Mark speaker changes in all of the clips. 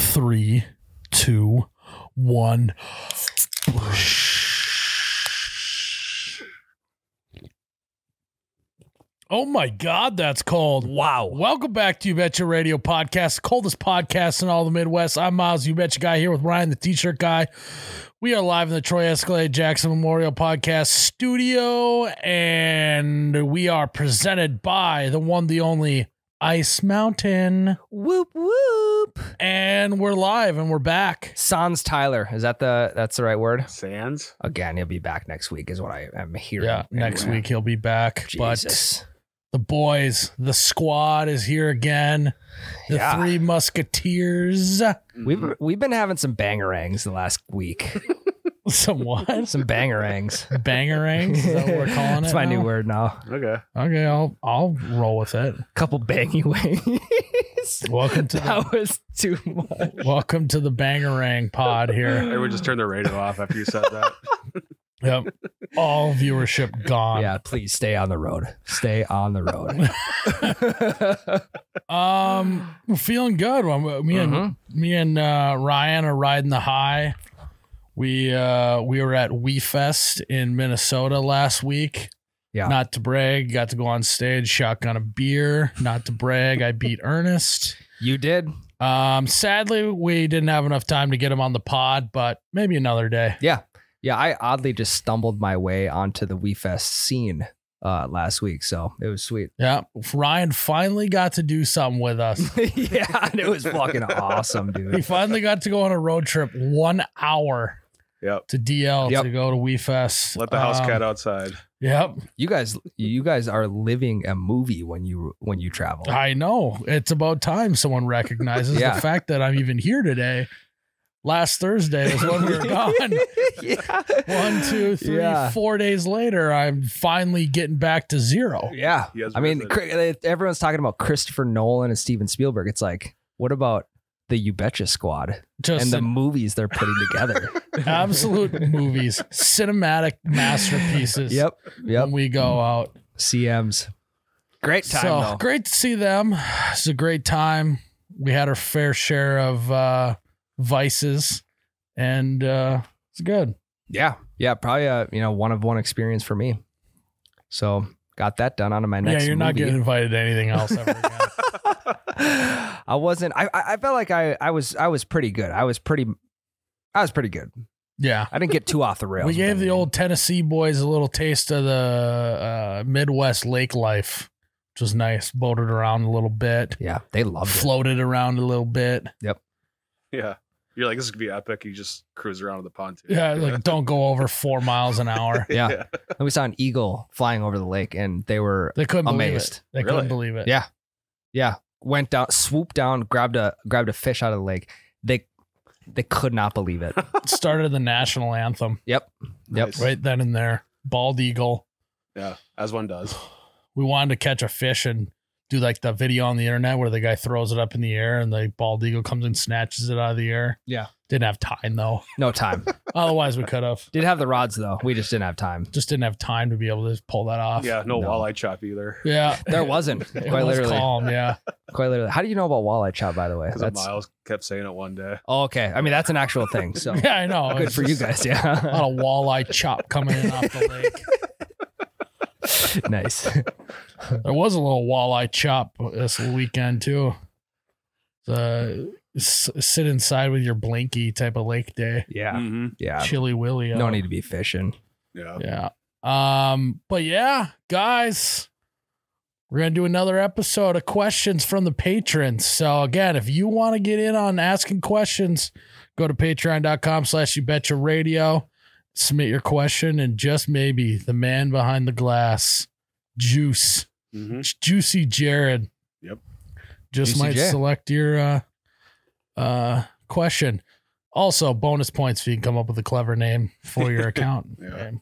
Speaker 1: three, two, one. Oh my God, that's cold.
Speaker 2: Wow.
Speaker 1: Welcome back to You Betcha Radio Podcast, coldest podcast in all the Midwest. I'm Miles, You Betcha Guy, here with Ryan, the t shirt guy. We are live in the Troy Escalade Jackson Memorial Podcast studio, and we are presented by the one, the only Ice Mountain.
Speaker 2: Whoop whoop.
Speaker 1: And we're live and we're back.
Speaker 2: Sans Tyler. Is that the that's the right word?
Speaker 3: Sands.
Speaker 2: Again, he'll be back next week, is what I am hearing.
Speaker 1: Yeah, next
Speaker 2: Anyway.
Speaker 1: week he'll be back. But
Speaker 2: Jesus.
Speaker 1: the boys, the squad is here again. The
Speaker 2: Yeah.
Speaker 1: three musketeers.
Speaker 2: we've we've been having some bangerangs the last week.
Speaker 1: Somewhat.
Speaker 2: some bangerangs.
Speaker 1: Bangerangs, is that what we're calling
Speaker 2: That's
Speaker 1: it?
Speaker 2: my
Speaker 1: now?
Speaker 2: new word now.
Speaker 3: Okay.
Speaker 1: Okay, I'll I'll roll with it.
Speaker 2: Couple bangy ways.
Speaker 1: Welcome to the,
Speaker 2: that was too much.
Speaker 1: welcome to the Bangerang pod here.
Speaker 3: Everyone just turned their radio off after you said that.
Speaker 1: Yep. All viewership gone.
Speaker 2: yeah, please stay on the road. Stay on the road.
Speaker 1: Um, we're feeling good. Well, Me and
Speaker 2: Mhm.
Speaker 1: me and uh, Ryan are riding the high. We uh, we were at WeFest in Minnesota last week.
Speaker 2: Yeah.
Speaker 1: Not to brag, got to go on stage, shotgun a beer. Not to brag, I beat Ernest.
Speaker 2: you did.
Speaker 1: Um, sadly, we didn't have enough time to get him on the pod, but maybe another day.
Speaker 2: Yeah. Yeah. I oddly just stumbled my way onto the WeFest scene uh, last week. So it was sweet.
Speaker 1: Yeah, Ryan finally got to do something with us.
Speaker 2: yeah. and It was fucking awesome,
Speaker 1: He
Speaker 2: dude.
Speaker 1: finally got to go on a road trip, one hour
Speaker 3: Yep.
Speaker 1: to DL
Speaker 2: Yep.
Speaker 1: to go to WeFest.
Speaker 3: Let the house
Speaker 1: Um,
Speaker 3: cat outside.
Speaker 1: Yep,
Speaker 2: You guys, you guys are living a movie when you, when you travel.
Speaker 1: I know. It's about time someone recognizes
Speaker 2: Oh. Yeah.
Speaker 1: the fact that I'm even here today. Last Thursday was when we were gone.
Speaker 2: yeah.
Speaker 1: One, two, three, four
Speaker 2: Yeah.
Speaker 1: days later, I'm finally getting back to zero.
Speaker 2: Yeah.
Speaker 3: He has
Speaker 2: I mean,
Speaker 3: risen.
Speaker 2: cri- everyone's talking about Christopher Nolan and Steven Spielberg. It's like, what about the You Betcha squad and
Speaker 1: Just
Speaker 2: the
Speaker 1: an
Speaker 2: movies they're putting together?
Speaker 1: absolute movies, cinematic masterpieces.
Speaker 2: Yep. Yep.
Speaker 1: When we go out,
Speaker 2: CMs. Great time,
Speaker 1: so
Speaker 2: though.
Speaker 1: great to see them. It's a great time. We had our fair share of uh, vices, and uh, it's good.
Speaker 2: Yeah. Yeah. Probably a you know one of one experience for me. So got that done onto my next.
Speaker 1: yeah, you're not
Speaker 2: movie.
Speaker 1: getting invited to anything else ever again.
Speaker 2: I wasn't. I I I felt like I I was I was pretty good. I was pretty. I was pretty good.
Speaker 1: yeah.
Speaker 2: I didn't get too off the rails.
Speaker 1: We
Speaker 2: with
Speaker 1: gave the
Speaker 2: anything.
Speaker 1: old Tennessee boys a little taste of the uh, Midwest lake life, which was nice. Boated around a little bit,
Speaker 2: Yeah, they loved it.
Speaker 1: floated around a little bit.
Speaker 3: yeah. You're like, this is gonna be epic. You just cruise around with the pontoon.
Speaker 1: Yeah, like don't go over four miles an hour.
Speaker 2: Yeah. And we saw an eagle flying over the lake, and they were
Speaker 1: They couldn't
Speaker 2: Amazed.
Speaker 1: believe it. They
Speaker 3: Really?
Speaker 1: couldn't believe it.
Speaker 2: Yeah. yeah went down, swooped down, grabbed a grabbed a fish out of the lake. They they could not believe it.
Speaker 1: Started the national anthem
Speaker 2: Yep. Yep.
Speaker 3: Nice.
Speaker 1: right then and there. Bald eagle.
Speaker 3: Yeah. As one does.
Speaker 1: We wanted to catch a fish and do like the video on the internet where the guy throws it up in the air and the bald eagle comes and snatches it out of the air.
Speaker 2: Yeah.
Speaker 1: Didn't have time though.
Speaker 2: No time.
Speaker 1: Otherwise, we could have.
Speaker 2: Did have the rods though. We just didn't have time.
Speaker 1: Just didn't have time to be able to just pull that off.
Speaker 3: Yeah. No,
Speaker 2: No.
Speaker 3: walleye chop either.
Speaker 1: Yeah.
Speaker 2: There wasn't.
Speaker 1: It
Speaker 2: quite
Speaker 1: was
Speaker 2: literally.
Speaker 1: calm, yeah.
Speaker 2: Quite literally. How do you know about walleye chop, by the way?
Speaker 3: Because
Speaker 2: That's
Speaker 3: Miles kept saying it one day.
Speaker 2: oh, okay. I mean, that's an actual thing. So
Speaker 1: Yeah, I know.
Speaker 2: good
Speaker 1: It's
Speaker 2: for you
Speaker 1: just
Speaker 2: guys.
Speaker 1: A
Speaker 2: Yeah.
Speaker 1: lot of walleye chop coming in off the lake. Oh.
Speaker 2: nice.
Speaker 1: There was a little walleye chop this weekend too. The s- sit inside with your blinky type of lake day.
Speaker 2: Yeah.
Speaker 3: Mm-hmm.
Speaker 2: Yeah.
Speaker 1: Chilly willy.
Speaker 2: No
Speaker 1: out.
Speaker 2: need to be fishing.
Speaker 3: Yeah.
Speaker 1: Yeah. Um, but yeah, guys, we're gonna do another episode of questions from the patrons. So again, if you want to get in on asking questions, go to patreon.com slash you betcha radio, submit your question, and just maybe the man behind the glass, Juice.
Speaker 3: Mm-hmm.
Speaker 1: It's Juicy Jared.
Speaker 3: Yep.
Speaker 1: Just
Speaker 2: Juicy
Speaker 1: might
Speaker 2: J.
Speaker 1: select your uh uh question. Also, bonus points if you can come up with a clever name for your account.
Speaker 3: Yeah.
Speaker 1: name.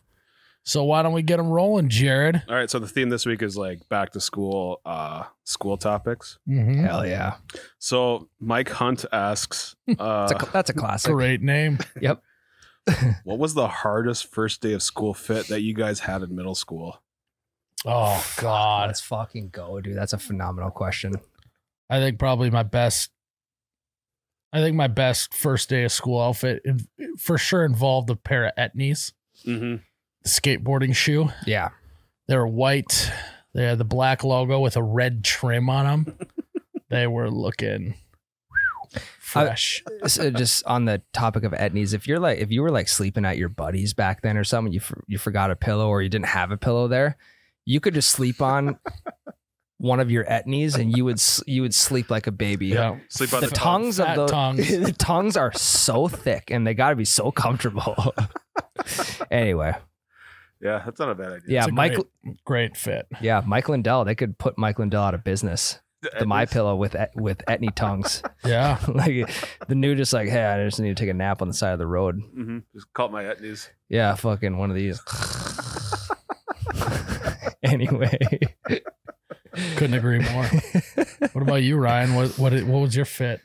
Speaker 1: So why don't we get them rolling, Jared?
Speaker 3: All right. So the theme this week is like back to school, uh, school topics.
Speaker 1: Mm-hmm.
Speaker 2: Hell yeah.
Speaker 3: So Mike Hunt asks, uh,
Speaker 2: That's a, that's a classic.
Speaker 1: Great name.
Speaker 2: Yep.
Speaker 3: what was the hardest first day of school fit that you guys had in middle school?
Speaker 1: Oh God,
Speaker 2: Let's fucking go, dude. That's a phenomenal question.
Speaker 1: I think probably my best I think my best first day of school outfit in, for sure involved a pair of Etnies,
Speaker 4: Mm-hmm.
Speaker 1: the skateboarding shoe.
Speaker 2: Yeah.
Speaker 1: They were white. They had the black logo with a red trim on them. they were looking fresh.
Speaker 2: So uh, just on the topic of etnies, if you're like if you were like sleeping at your buddies back then or something, you for, you forgot a pillow or you didn't have a pillow there, you could just sleep on one of your etnies and you would s- you would sleep like a baby.
Speaker 1: yeah.
Speaker 4: Sleep
Speaker 2: The,
Speaker 4: on the, tongue.
Speaker 2: tongues
Speaker 1: Fat
Speaker 2: of the
Speaker 1: tongues.
Speaker 2: the tongues are so thick and they got to be so comfortable. anyway,
Speaker 3: Yeah, that's not a bad idea.
Speaker 2: yeah,
Speaker 1: It's a
Speaker 2: Michael,
Speaker 1: Great fit.
Speaker 2: yeah, Mike Lindell, they could put Mike Lindell out of business.
Speaker 3: Yeah,
Speaker 2: The my pillow with et- with etny tongues,
Speaker 1: Yeah.
Speaker 2: like the new, just like hey, I just need to take a nap on the side of the road.
Speaker 3: hmm Just caught my etnies.
Speaker 2: Yeah, fucking one of these. anyway,
Speaker 1: Couldn't agree more. what about you, Ryan? What what what was your fit?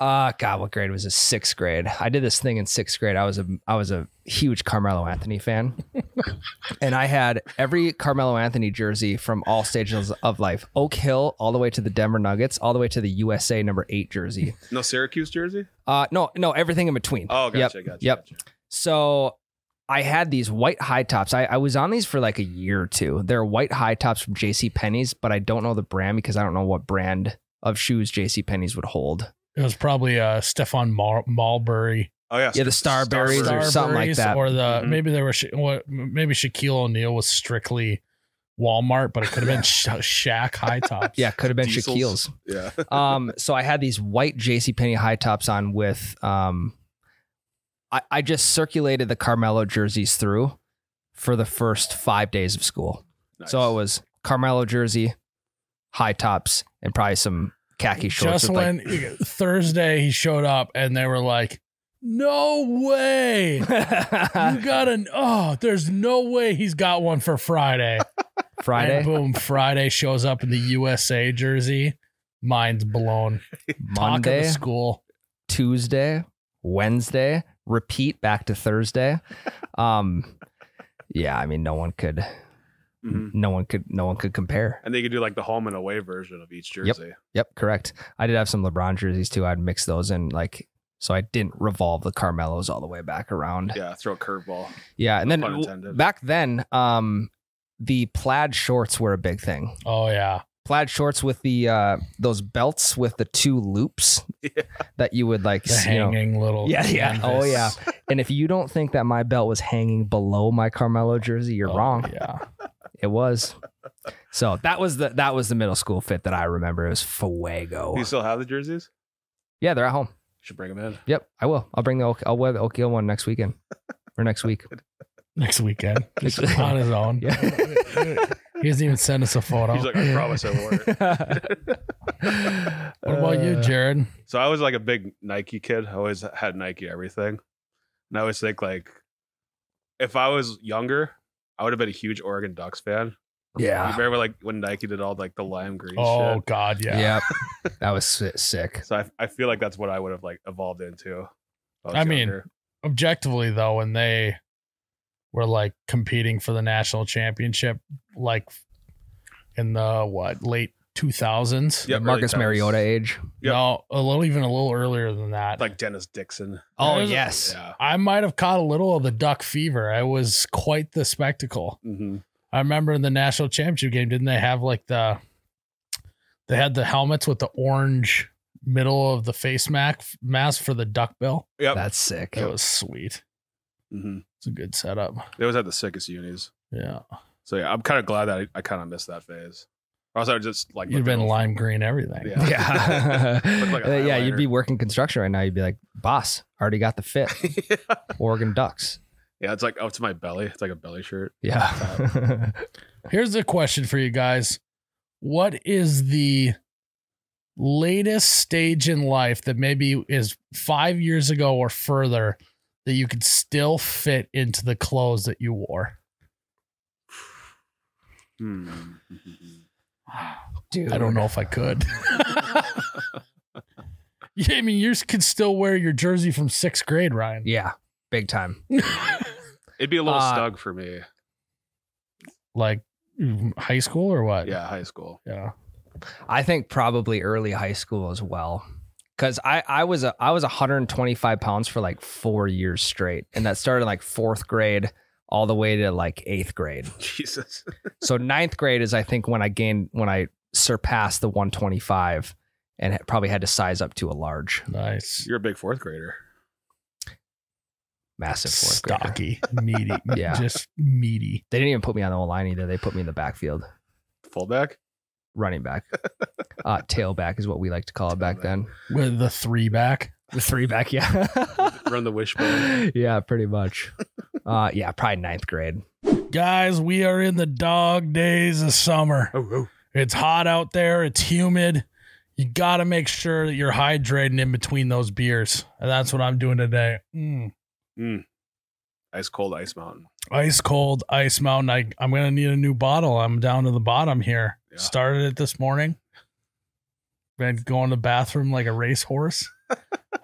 Speaker 2: uh God, what grade was this? Sixth grade. I did this thing in sixth grade. I was a I was a huge Carmelo Anthony fan, and I had every Carmelo Anthony jersey from all stages of life, Oak Hill all the way to the Denver Nuggets, all the way to the USA number eight jersey.
Speaker 3: No Syracuse jersey.
Speaker 2: Uh, no, no, everything in between.
Speaker 3: Oh,
Speaker 2: Yep.
Speaker 3: gotcha, gotcha.
Speaker 2: Yep.
Speaker 3: gotcha.
Speaker 2: So I had these white high tops. I, I was on these for like a year or two. They're white high tops from JC Penney's, but I don't know the brand because I don't know what brand of shoes JC Penney's would hold.
Speaker 1: It was probably uh Stefan Mar- Marbury.
Speaker 3: Oh yeah.
Speaker 2: Yeah, the
Speaker 3: Star-
Speaker 2: Starberries or
Speaker 3: Starberries.
Speaker 2: something like
Speaker 1: Starburys
Speaker 2: that.
Speaker 1: Or the
Speaker 4: Mm-hmm.
Speaker 3: Mhm.
Speaker 1: maybe there were Sha- what maybe Shaquille O'Neal was strictly Walmart, but it could have been Sha- Shaq high tops.
Speaker 2: Yeah, could have been
Speaker 3: Diesels.
Speaker 2: Shaquille's.
Speaker 3: Yeah.
Speaker 2: Um, so I had these white JC Penney high tops on with um I, I just circulated the Carmelo jerseys through for the first five days of school. So it was Carmelo jersey, high tops, and probably some khaki shorts.
Speaker 1: Just
Speaker 2: with, like,
Speaker 1: when Thursday he showed up and they were like, "No way, you got an oh, there's no way he's got one for Friday." And
Speaker 2: Friday,
Speaker 1: boom, Friday shows up in the USA jersey. Mind's blown. Talk of
Speaker 2: Monday,
Speaker 1: the school.
Speaker 2: Tuesday, Wednesday, repeat back to Thursday. Um, yeah, I mean, no one could,
Speaker 3: Mhm.
Speaker 2: no one could, no one could compare.
Speaker 3: And they could do like the home and away version of each jersey.
Speaker 2: Yep, correct. I did have some LeBron jerseys too. I'd mix those in, like, so I didn't revolve the Carmelos all the way back around.
Speaker 3: Yeah. Throw a curveball.
Speaker 2: Yeah, and then
Speaker 3: Pun intended.
Speaker 2: back then, um, the plaid shorts were a big thing.
Speaker 1: Oh yeah.
Speaker 2: Plaid shorts with the uh those belts with the two loops
Speaker 3: Yeah.
Speaker 2: that you would like,
Speaker 1: The
Speaker 2: s- you know,
Speaker 1: hanging little
Speaker 2: Yeah, yeah.
Speaker 1: canvas.
Speaker 2: Oh, yeah. And if you don't think that my belt was hanging below my Carmelo jersey, you're
Speaker 1: Oh,
Speaker 2: wrong.
Speaker 1: Yeah.
Speaker 2: It was. So that was the that was the middle school fit that I remember. It was fuego.
Speaker 3: Do you still have the jerseys?
Speaker 2: yeah, they're at home.
Speaker 3: Should bring them in.
Speaker 2: Yep, I will. I'll bring the Oak, I'll wear the Oak Hill one next weekend or next week.
Speaker 1: Next weekend. Just
Speaker 2: Next
Speaker 1: on his own.
Speaker 2: Yeah.
Speaker 1: He doesn't even send us a photo.
Speaker 3: He's like, I promise I wore it. Uh,
Speaker 1: what about you, Jared?
Speaker 3: So I was like a big Nike kid. I always had Nike everything. And I always think like if I was younger, I would have been a huge Oregon Ducks fan. You
Speaker 2: Yeah.
Speaker 3: remember like when Nike did all like the lime green
Speaker 1: Oh
Speaker 3: shit?
Speaker 1: God, yeah.
Speaker 2: Yep. that was si- sick.
Speaker 3: So I, I feel like that's what I would have like evolved into. if was
Speaker 1: I mean,
Speaker 3: younger.
Speaker 1: Objectively though, when they were like competing for the national championship, like in the what late two thousands.
Speaker 3: Yeah,
Speaker 2: The
Speaker 3: early
Speaker 2: Marcus
Speaker 3: times.
Speaker 2: Mariota age.
Speaker 3: Yep.
Speaker 1: No, a little even a little earlier than that.
Speaker 3: like Dennis Dixon.
Speaker 2: Oh,
Speaker 1: There's a-
Speaker 2: yes.
Speaker 3: Yeah.
Speaker 1: I might have caught a little of the duck fever. I was quite the spectacle.
Speaker 3: hmm
Speaker 1: I remember in the national championship game, didn't they have like the they had the helmets with the orange middle of the face mask mask for the duck bill.
Speaker 3: Yep.
Speaker 2: That's sick.
Speaker 1: That was sweet.
Speaker 3: hmm
Speaker 1: It's a good setup.
Speaker 3: They always had the sickest unis.
Speaker 1: Yeah,
Speaker 3: So yeah, I'm kind of glad that I, I kind of missed that phase. Or else I would just like
Speaker 1: you'd have
Speaker 3: look at
Speaker 1: been
Speaker 3: them.
Speaker 1: lime green everything.
Speaker 3: Yeah.
Speaker 2: Yeah.
Speaker 3: Looked like a
Speaker 2: Uh, yeah, you'd
Speaker 3: highlighter.
Speaker 2: be working construction right now. You'd be like, boss, already got the fit. Oregon Ducks.
Speaker 3: yeah, it's like up to my belly. It's like a belly shirt.
Speaker 2: Yeah.
Speaker 1: Here's a question for you guys: What is the latest stage in life that maybe is five years ago or further that you could still fit into the clothes that you wore?
Speaker 3: Hmm.
Speaker 2: Dude.
Speaker 1: I don't know if I could. yeah, I mean, you could still wear your jersey from sixth grade, Ryan.
Speaker 2: Yeah. Big time.
Speaker 3: It'd be a little
Speaker 2: Uh,
Speaker 3: snug for me.
Speaker 1: Like mm, high school or what?
Speaker 3: Yeah, high school.
Speaker 1: Yeah.
Speaker 2: I think probably early high school as well. Cause I, I was a I was 125 pounds for like four years straight. And that started in like fourth grade all the way to like eighth grade.
Speaker 3: Jesus.
Speaker 2: So ninth grade is I think when I gained when I surpassed the 125 and had- probably had to size up to a large,
Speaker 1: Nice.
Speaker 3: You're a big fourth grader.
Speaker 2: massive fourth grader.
Speaker 1: Stocky, meaty.
Speaker 2: Yeah.
Speaker 1: Just meaty.
Speaker 2: They didn't even put me on the whole line either. They put me in the backfield,
Speaker 3: Fullback?
Speaker 2: running back, uh, tailback is what we like to call it back then.
Speaker 1: With the three back.
Speaker 2: The three back, yeah,
Speaker 3: Run the wishbone.
Speaker 2: yeah, pretty much. Uh, yeah, probably ninth grade.
Speaker 1: Guys, we are in the dog days of summer.
Speaker 3: Oh, oh.
Speaker 1: It's hot out there, it's humid. You got to make sure that you're hydrating in between those beers. And that's what I'm doing today. Mm.
Speaker 3: Ice cold ice mountain.
Speaker 1: Ice cold, ice mountain. I, I'm going to need a new bottle. I'm down to the bottom here.
Speaker 3: Yeah.
Speaker 1: Started it this morning. Been going to the bathroom like a racehorse.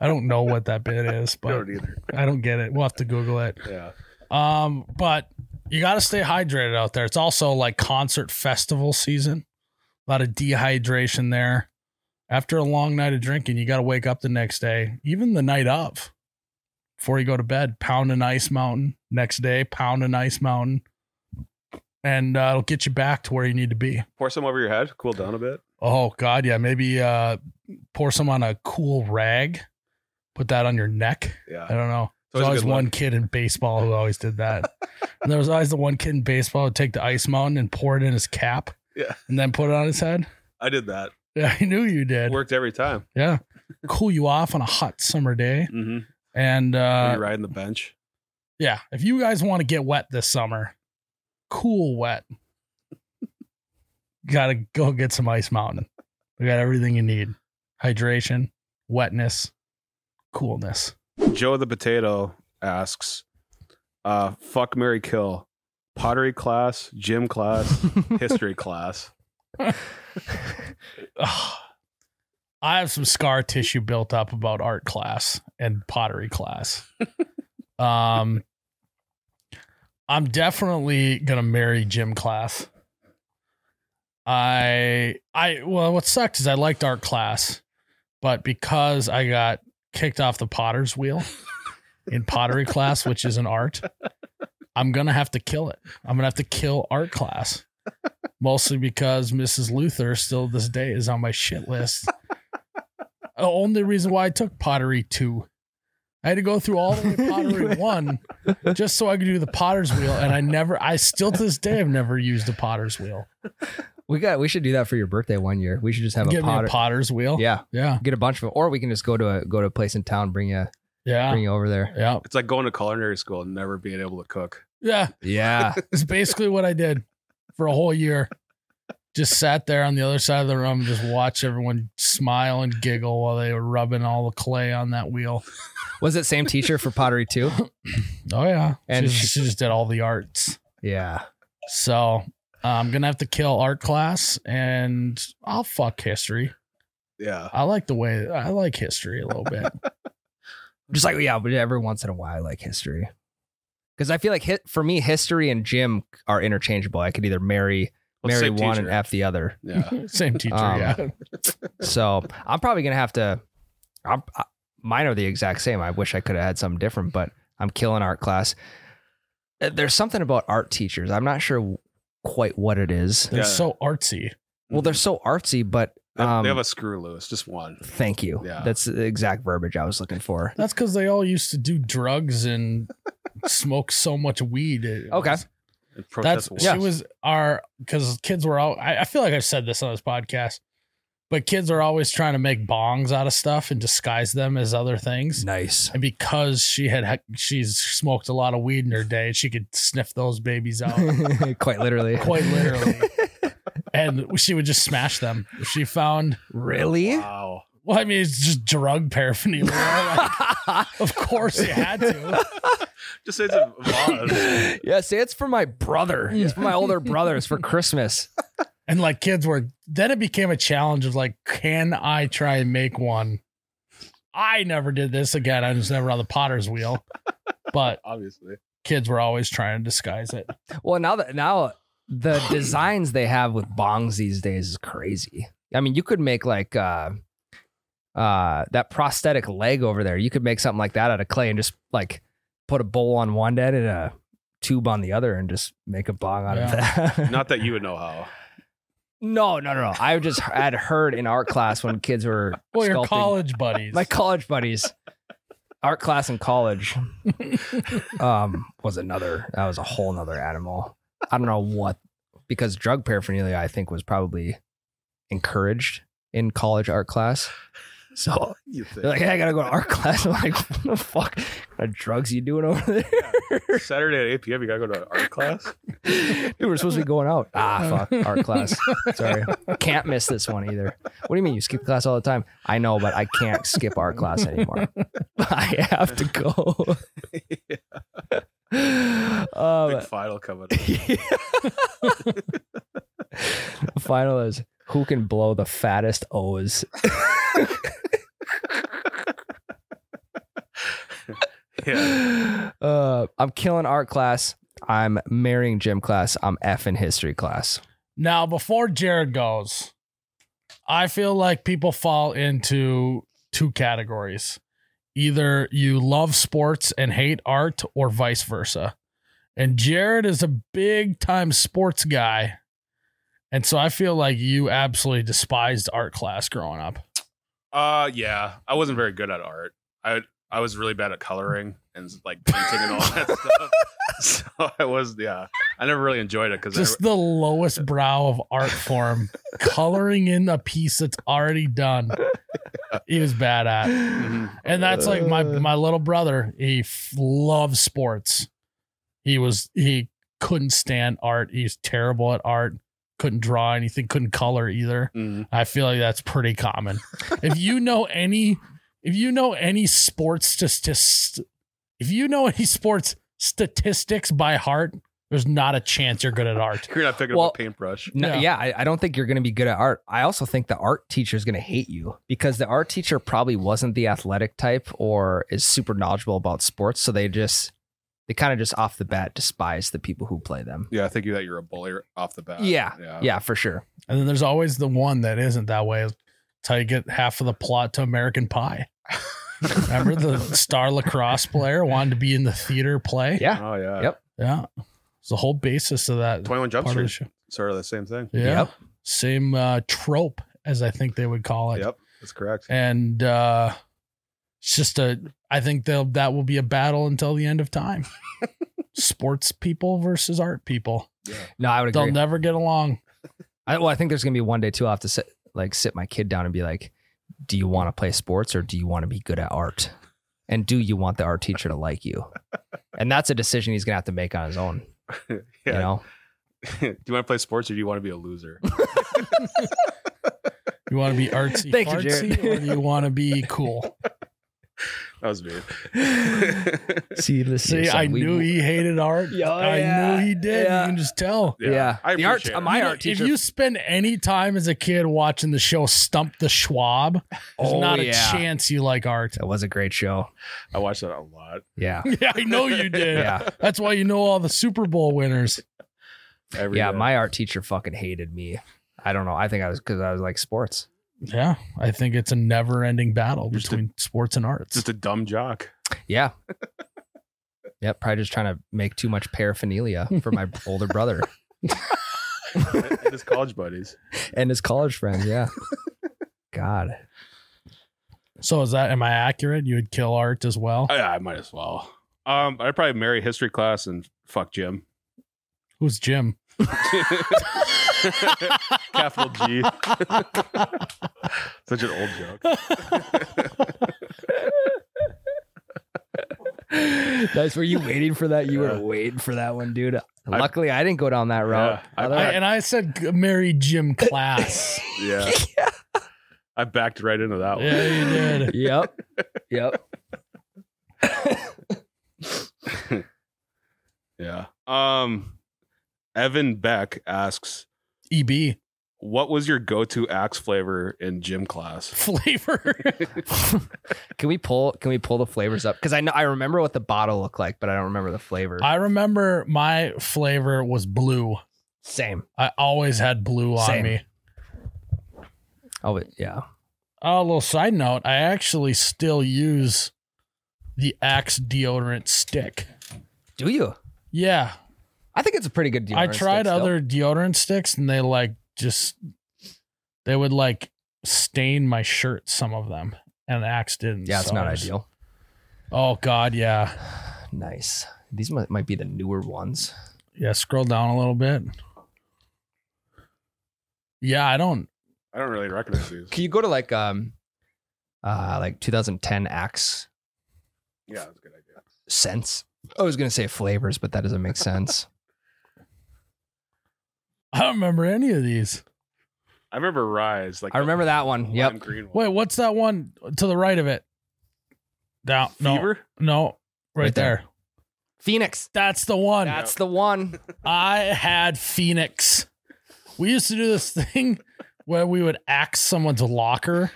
Speaker 1: I don't know what that bit is,
Speaker 3: I
Speaker 1: but
Speaker 3: don't either.
Speaker 1: I don't get it. We'll have to Google it.
Speaker 3: Yeah.
Speaker 1: Um, but you got to stay hydrated out there. It's also like concert festival season. A lot of dehydration there. After a long night of drinking, you got to wake up the next day, even the night of, before you go to bed. Pound an ice mountain next day. Pound an ice mountain, and uh, it'll get you back to where you need to be.
Speaker 3: Pour some over your head, cool down a bit.
Speaker 1: Oh God, yeah, maybe uh, pour some on a cool rag. Put that on your neck. I
Speaker 3: Yeah.
Speaker 1: don't know.
Speaker 3: It's
Speaker 1: There's
Speaker 3: always a
Speaker 1: always
Speaker 3: good
Speaker 1: one
Speaker 3: look.
Speaker 1: kid in baseball who always did that. and there was always the one kid in baseball who'd take the ice mountain and pour it in his cap
Speaker 3: Yeah.
Speaker 1: and then put it on his head.
Speaker 3: I did that.
Speaker 1: Yeah, I knew you did.
Speaker 3: Worked every time.
Speaker 1: Yeah. Cool you off on a hot summer day.
Speaker 3: Mm-hmm.
Speaker 1: And uh,
Speaker 3: you riding the bench.
Speaker 1: yeah, if you guys want to get wet this summer, cool wet, got to go get some ice mountain. We got everything you need hydration, wetness, coolness.
Speaker 3: Joe the potato asks, uh, fuck Mary Kill. Pottery class, gym class, history class.
Speaker 1: Ugh. I have some scar tissue built up about art class and pottery class. um, I'm definitely gonna marry gym class. I I well, what sucked is I liked art class, but because I got kicked off the potter's wheel in pottery class, which is an art, I'm gonna have to kill it. I'm gonna have to kill art class mostly because Mrs. Luther still this day is on my shit list. the only reason why I took pottery two. I had to go through all the way to pottery one just so I could do the potter's wheel. And I never, I still to this day have never used a potter's wheel.
Speaker 2: We got we should do that for your birthday one year. We should just have
Speaker 1: Give
Speaker 2: a
Speaker 1: me
Speaker 2: potter.
Speaker 1: a potter's wheel.
Speaker 2: yeah,
Speaker 1: Yeah.
Speaker 2: get a bunch of them, or we can just go to a go to a place in town, bring you
Speaker 1: Yeah.
Speaker 2: bring you over there.
Speaker 1: Yeah.
Speaker 3: It's like going to culinary school and never being able to cook.
Speaker 1: Yeah.
Speaker 2: Yeah,
Speaker 1: It's basically what I did for a whole year. Just sat there on the other side of the room, and just watch everyone smile and giggle while they were rubbing all the clay on that wheel.
Speaker 2: was it same teacher for pottery too?
Speaker 1: Oh yeah,
Speaker 2: And
Speaker 1: and she, she just did all the arts.
Speaker 2: Yeah,
Speaker 1: So uh, I'm gonna have to kill art class, and I'll fuck history.
Speaker 3: Yeah.
Speaker 1: I like the way I like history a little bit.
Speaker 2: just like yeah, but every once in a while, I like history, because I feel like hit, for me, history and gym are interchangeable. I could either marry
Speaker 3: Well,
Speaker 2: marry
Speaker 3: same
Speaker 2: one
Speaker 3: teacher.
Speaker 2: and f the other.
Speaker 3: Yeah.
Speaker 1: Same teacher,
Speaker 2: Um,
Speaker 1: yeah.
Speaker 2: So I'm probably gonna have to. I'm, I, mine are the exact same. I wish I could have had something different, but I'm killing art class. Uh, There's something about art teachers. I'm not sure quite what it is.
Speaker 1: They're
Speaker 3: yeah.
Speaker 1: so artsy.
Speaker 2: Well, they're so artsy, but
Speaker 3: They have,
Speaker 2: um,
Speaker 3: they have a screw loose, just one.
Speaker 2: Thank you.
Speaker 3: Yeah.
Speaker 2: That's the exact verbiage I was looking for.
Speaker 1: That's because they all used to do drugs and smoke so much weed. It
Speaker 2: Okay.
Speaker 1: was-
Speaker 3: It
Speaker 1: That's
Speaker 3: protests war.
Speaker 1: she was our because kids were all. I, I feel like I've said this on this podcast, but kids are always trying to make bongs out of stuff and disguise them as other things.
Speaker 2: Nice.
Speaker 1: and because she had she's smoked a lot of weed in her day, she could sniff those babies out
Speaker 2: Quite literally.
Speaker 1: quite literally, and she would just smash them. If she found,
Speaker 2: Really?
Speaker 3: Wow.
Speaker 1: well, I mean, it's just drug paraphernalia. Like, of course, you had to.
Speaker 3: Just say it's a vase.
Speaker 2: yeah, say it's for my brother. It's for my older brother. It's for Christmas.
Speaker 1: And like kids were, then it became a challenge of like, can I try and make one? I never did this again. I was never on the potter's wheel, but
Speaker 3: Obviously.
Speaker 1: kids were always trying to disguise it.
Speaker 2: Well, now that now the designs they have with bongs these days is crazy. I mean, you could make like uh uh, that prosthetic leg over there. You could make something like that out of clay and just like put a bowl on one end and a tube on the other and just make a bong out of that.
Speaker 3: Not that you would know how.
Speaker 2: no, no, no, no. I just had heard in art class when kids were
Speaker 1: Well, your
Speaker 2: sculpting-
Speaker 1: college buddies.
Speaker 2: my college buddies. Art class in college um, was another. That was a whole nother animal. I don't know what because drug paraphernalia I think was probably encouraged in college art class. So
Speaker 3: You
Speaker 2: they're
Speaker 3: think
Speaker 2: like, hey, I gotta go to art class. I'm like, what the fuck what kind of drugs you doing over there?
Speaker 3: Saturday at 8 p.m. You gotta go to art class.
Speaker 2: Dude, we're supposed to be going out. Ah, fuck, art class. Sorry, can't miss this one either. What do you mean you skip class all the time? I know, but I can't skip art class anymore. I have to go.
Speaker 3: Big
Speaker 2: Um,
Speaker 3: final coming. Up.
Speaker 2: the final is who can blow the fattest O's.
Speaker 3: Yeah,
Speaker 2: Uh, I'm killing art class. I'm marrying gym class. I'm effing history class.
Speaker 1: Now, before Jared goes, I feel like people fall into two categories. Either you love sports and hate art, or vice versa. And Jared is a big time sports guy. And so I feel like you absolutely despised art class growing up.
Speaker 3: uh, yeah. I wasn't very good at art. I I was really bad at coloring and like painting and all that stuff. So I was, yeah. I never really enjoyed it because
Speaker 1: Just the lowest brow of art form, coloring in a piece that's already done. He was bad at.
Speaker 3: mm-hmm.
Speaker 1: And that's like my
Speaker 2: Uh.
Speaker 1: my little brother. He f- loves sports. He was he couldn't stand art. He's terrible at art. Couldn't draw anything. Couldn't color either.
Speaker 3: mm-hmm.
Speaker 1: I feel like that's pretty common. if you know any, if you know any sports just just if you know any sports statistics by heart, there's not a chance you're good at art.
Speaker 3: you're not picking
Speaker 2: Well-
Speaker 3: up a paintbrush.
Speaker 2: No,
Speaker 1: Yeah.
Speaker 2: yeah, I, I don't think you're going to be good at art. I also think the art teacher is going to hate you because the art teacher probably wasn't the athletic type or is super knowledgeable about sports. So they just, they kind of just off the bat despise the people who play them.
Speaker 3: Yeah, I think you that you're a bully off the bat. yeah,
Speaker 2: Yeah, for sure.
Speaker 1: And then there's always the one that isn't that way. It's how you get half of the plot to American Pie. Remember the star lacrosse player wanted to be in the theater play?
Speaker 2: Yeah.
Speaker 3: Oh yeah.
Speaker 2: Yep.
Speaker 1: Yeah. It's the whole basis of that
Speaker 3: Twenty One Jump
Speaker 1: part of the
Speaker 3: Street.
Speaker 1: show.
Speaker 3: Sort of the same thing.
Speaker 1: Yeah.
Speaker 2: Yep.
Speaker 1: Same uh, trope, as I think they would call it.
Speaker 3: Yep, that's correct.
Speaker 1: And uh, it's just a, I think they'll, that will be a battle until the end of time. Sports people versus art people.
Speaker 2: No, I would agree.
Speaker 1: They'll never get along.
Speaker 2: I, well, I think there's going to be one day too. I'll have to sit, like sit my kid down and be like, do you want to play sports or do you want to be good at art? And do you want the art teacher to like you? And that's a decision he's going to have to make on his own. You
Speaker 3: Yeah.
Speaker 2: know,
Speaker 3: do you want to play sports or do you want to be a loser?
Speaker 1: You want to be artsy,
Speaker 2: Thank you,
Speaker 1: fartsy,
Speaker 2: Jared.
Speaker 1: or do you want to be cool?
Speaker 3: That was me.
Speaker 2: see, let's
Speaker 1: See, I knew he hated art.
Speaker 2: Yeah, oh,
Speaker 1: I
Speaker 2: yeah.
Speaker 1: knew he did.
Speaker 2: Yeah.
Speaker 1: You can just tell.
Speaker 3: Yeah, I
Speaker 2: the art,
Speaker 3: appreciate it.
Speaker 2: my
Speaker 1: You know,
Speaker 2: art teacher.
Speaker 1: If you spend any time as a kid watching the show Stump the Schwab, there's
Speaker 2: Oh,
Speaker 1: not a
Speaker 2: yeah.
Speaker 1: chance you like art.
Speaker 2: that was a great show.
Speaker 3: I watched that a lot.
Speaker 2: Yeah,
Speaker 1: Yeah, I know you did.
Speaker 2: yeah,
Speaker 1: That's why you know all the Super Bowl winners.
Speaker 3: Every
Speaker 2: yeah.
Speaker 3: day.
Speaker 2: My art teacher fucking hated me. I don't know. I think I was because I was like sports.
Speaker 1: Yeah, I think it's a never-ending battle
Speaker 3: Just a-
Speaker 1: between sports and arts.
Speaker 3: just a dumb jock.
Speaker 2: Yeah. Yep, probably just trying to make too much paraphernalia for my older brother
Speaker 3: and his college buddies.
Speaker 2: and his college friends. Yeah. God.
Speaker 1: so is that? Am I accurate? You would kill art as well.
Speaker 3: Oh, I, I might as well. Um, I'd probably marry history class and fuck Jim.
Speaker 1: Who's Jim?
Speaker 3: Capital G. Such an old joke.
Speaker 2: That's were you waiting for that? You
Speaker 3: Yeah.
Speaker 2: were waiting for that one, dude. Luckily, I didn't go down that route.
Speaker 3: Yeah, I-
Speaker 2: Other-
Speaker 1: I, and I said g- marry Jim class.
Speaker 3: Yeah. I backed right into that one.
Speaker 1: yeah, you did.
Speaker 2: yep. Yep.
Speaker 3: Yeah. Um, Evan Beck asks,
Speaker 1: EB
Speaker 3: "What was your go-to axe flavor in gym class?"
Speaker 1: flavor.
Speaker 2: Can we pull? Can we pull the flavors up? Because I know I remember what the bottle looked like, but I don't remember the flavor.
Speaker 1: I remember my flavor was blue.
Speaker 2: Same.
Speaker 1: I always had blue on
Speaker 2: Same.
Speaker 1: me.
Speaker 2: Oh but- yeah.
Speaker 1: Oh, a little side note. I actually still use the Axe deodorant stick.
Speaker 2: Do you?
Speaker 1: Yeah.
Speaker 2: I think it's a pretty good deal.
Speaker 1: I tried other deodorant sticks and they like just, they would like stain my shirt, some of them, and the Axe didn't.
Speaker 2: Yeah, it's
Speaker 1: so
Speaker 2: not
Speaker 1: I just-
Speaker 2: ideal.
Speaker 1: Oh, God. Yeah.
Speaker 2: Nice. These might, might be the newer ones.
Speaker 1: Yeah. Scroll down a little bit. Yeah. I don't,
Speaker 3: I don't really recognize these.
Speaker 2: Can you go to like um uh like 2010 Axe
Speaker 3: Yeah, that's a good idea.
Speaker 2: scents? I was gonna say flavors, but that doesn't make sense.
Speaker 1: I don't remember any of these.
Speaker 3: I remember Rise. Like
Speaker 2: I remember that one.
Speaker 3: lime
Speaker 2: Yep.
Speaker 3: Green one.
Speaker 1: Wait, what's that one to the right of it? Down. No.
Speaker 3: Fever?
Speaker 1: No. Right,
Speaker 2: Right there.
Speaker 1: there.
Speaker 2: Phoenix.
Speaker 1: That's the one.
Speaker 2: That's the one.
Speaker 1: I had Phoenix. We used to do this thing where we would axe someone's locker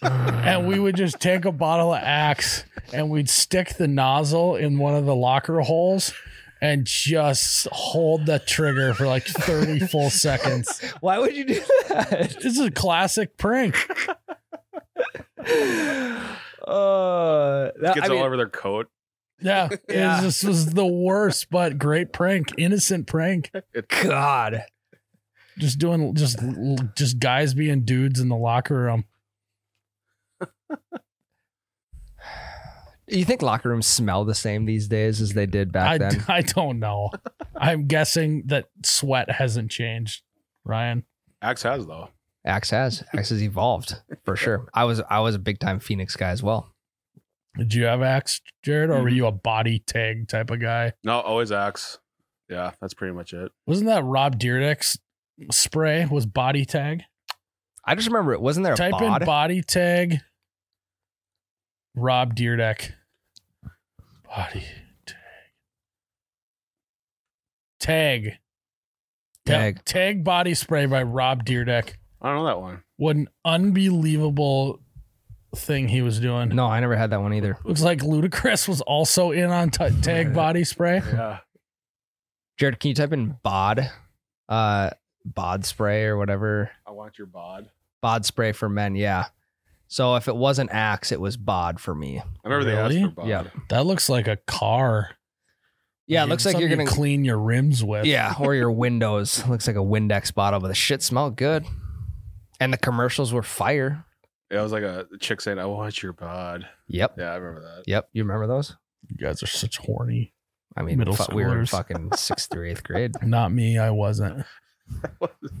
Speaker 1: and we would just take a bottle of axe and we'd stick the nozzle in one of the locker holes and just hold the trigger for like 30 full seconds.
Speaker 2: Why would you do that?
Speaker 1: This is a classic prank.
Speaker 2: uh, that,
Speaker 3: Gets
Speaker 2: I mean,
Speaker 3: all over their coat.
Speaker 1: Yeah. it
Speaker 2: Yeah.
Speaker 1: was- this was the worst, but great prank, innocent prank.
Speaker 2: God.
Speaker 1: Just doing, just, just guys being dudes in the locker room.
Speaker 2: You think locker rooms smell the same these days as they did back
Speaker 1: I,
Speaker 2: then?
Speaker 1: I don't know. I'm guessing that sweat hasn't changed, Ryan.
Speaker 3: Axe has though.
Speaker 2: Axe has. Axe has evolved for sure. I was I was a big time Phoenix guy as well.
Speaker 1: Did you have axe, Jared, or were
Speaker 2: Mm-hmm.
Speaker 3: Mhm.
Speaker 1: you a body tag type of guy?
Speaker 3: No, always Axe. Yeah, that's pretty much it.
Speaker 1: Wasn't that Rob Dyrdek's spray was body tag?
Speaker 2: I just remember it wasn't there a
Speaker 1: type
Speaker 2: bod?
Speaker 1: in body tag. Rob Dyrdek. Body tag. Tag. Yep,
Speaker 2: Tag.
Speaker 1: Tag body spray by Rob Dyrdek.
Speaker 3: I don't know that one.
Speaker 1: What an unbelievable thing he was doing.
Speaker 2: No, I never had that one either.
Speaker 1: Looks like Ludacris was also in on t- tag body spray.
Speaker 3: Yeah.
Speaker 2: Jared, can you type in bod, uh, bod spray or whatever
Speaker 3: I want your bod.
Speaker 2: bod spray for men? Yeah. So if it wasn't Axe, it was bod for me.
Speaker 3: I remember they
Speaker 1: Really?
Speaker 3: asked for bod.
Speaker 2: Yeah.
Speaker 1: That looks like a car.
Speaker 2: Yeah, it looks like you're
Speaker 1: something
Speaker 2: gonna.
Speaker 1: you clean your rims with.
Speaker 2: yeah, or your windows looks like a Windex bottle, but the shit smelled good, and the commercials were fire.
Speaker 3: It was like a chick saying, I want your bod.
Speaker 2: Yep.
Speaker 3: Yeah, I remember that.
Speaker 2: Yep. You remember those?
Speaker 1: you guys are such horny.
Speaker 2: I mean,
Speaker 1: Middle
Speaker 2: fu- we were in
Speaker 1: schoolers.
Speaker 2: fucking sixth through eighth grade.
Speaker 1: Not me. I wasn't.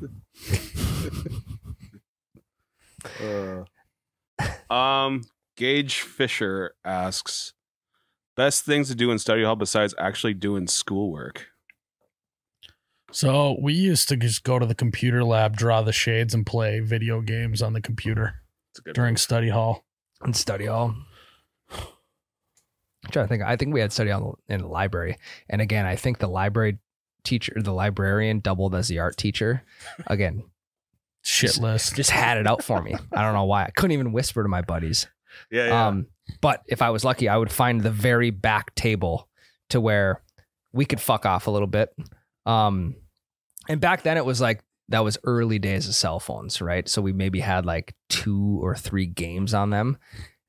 Speaker 3: Uh, um, Gage Fisher asks, best things to do in study hall besides actually doing schoolwork.
Speaker 1: So we used to just go to the computer lab, draw the shades, and play video games on the computer
Speaker 3: It's a good
Speaker 1: during
Speaker 3: one.
Speaker 1: study hall.
Speaker 2: in study hall. I'm trying to think. I think we had study hall in the library, and again, I think the library teacher, the librarian, doubled as the art teacher. Again,
Speaker 1: Shit list.
Speaker 2: just had it out for me. I don't know why. I couldn't even whisper to my buddies.
Speaker 3: Yeah, yeah.
Speaker 2: Um, but if I was lucky, I would find the very back table to where we could fuck off a little bit. Um, and back then it was like that was early days of cell phones, right? So we maybe had like two or three games on them,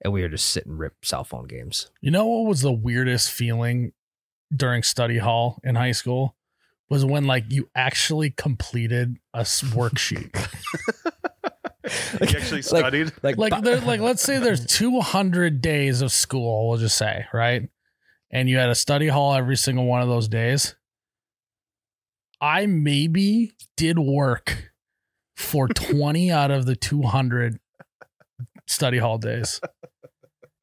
Speaker 2: and we were just sitting rip cell phone games.
Speaker 1: You know what was the weirdest feeling during study hall in high school was when like you actually completed a s- worksheet.
Speaker 3: you actually
Speaker 2: like-
Speaker 3: studied?
Speaker 1: like there, like let's say there's 200 days of school we'll just say right and you had a study hall every single one of those days i maybe did work for 20 out of the 200 study hall days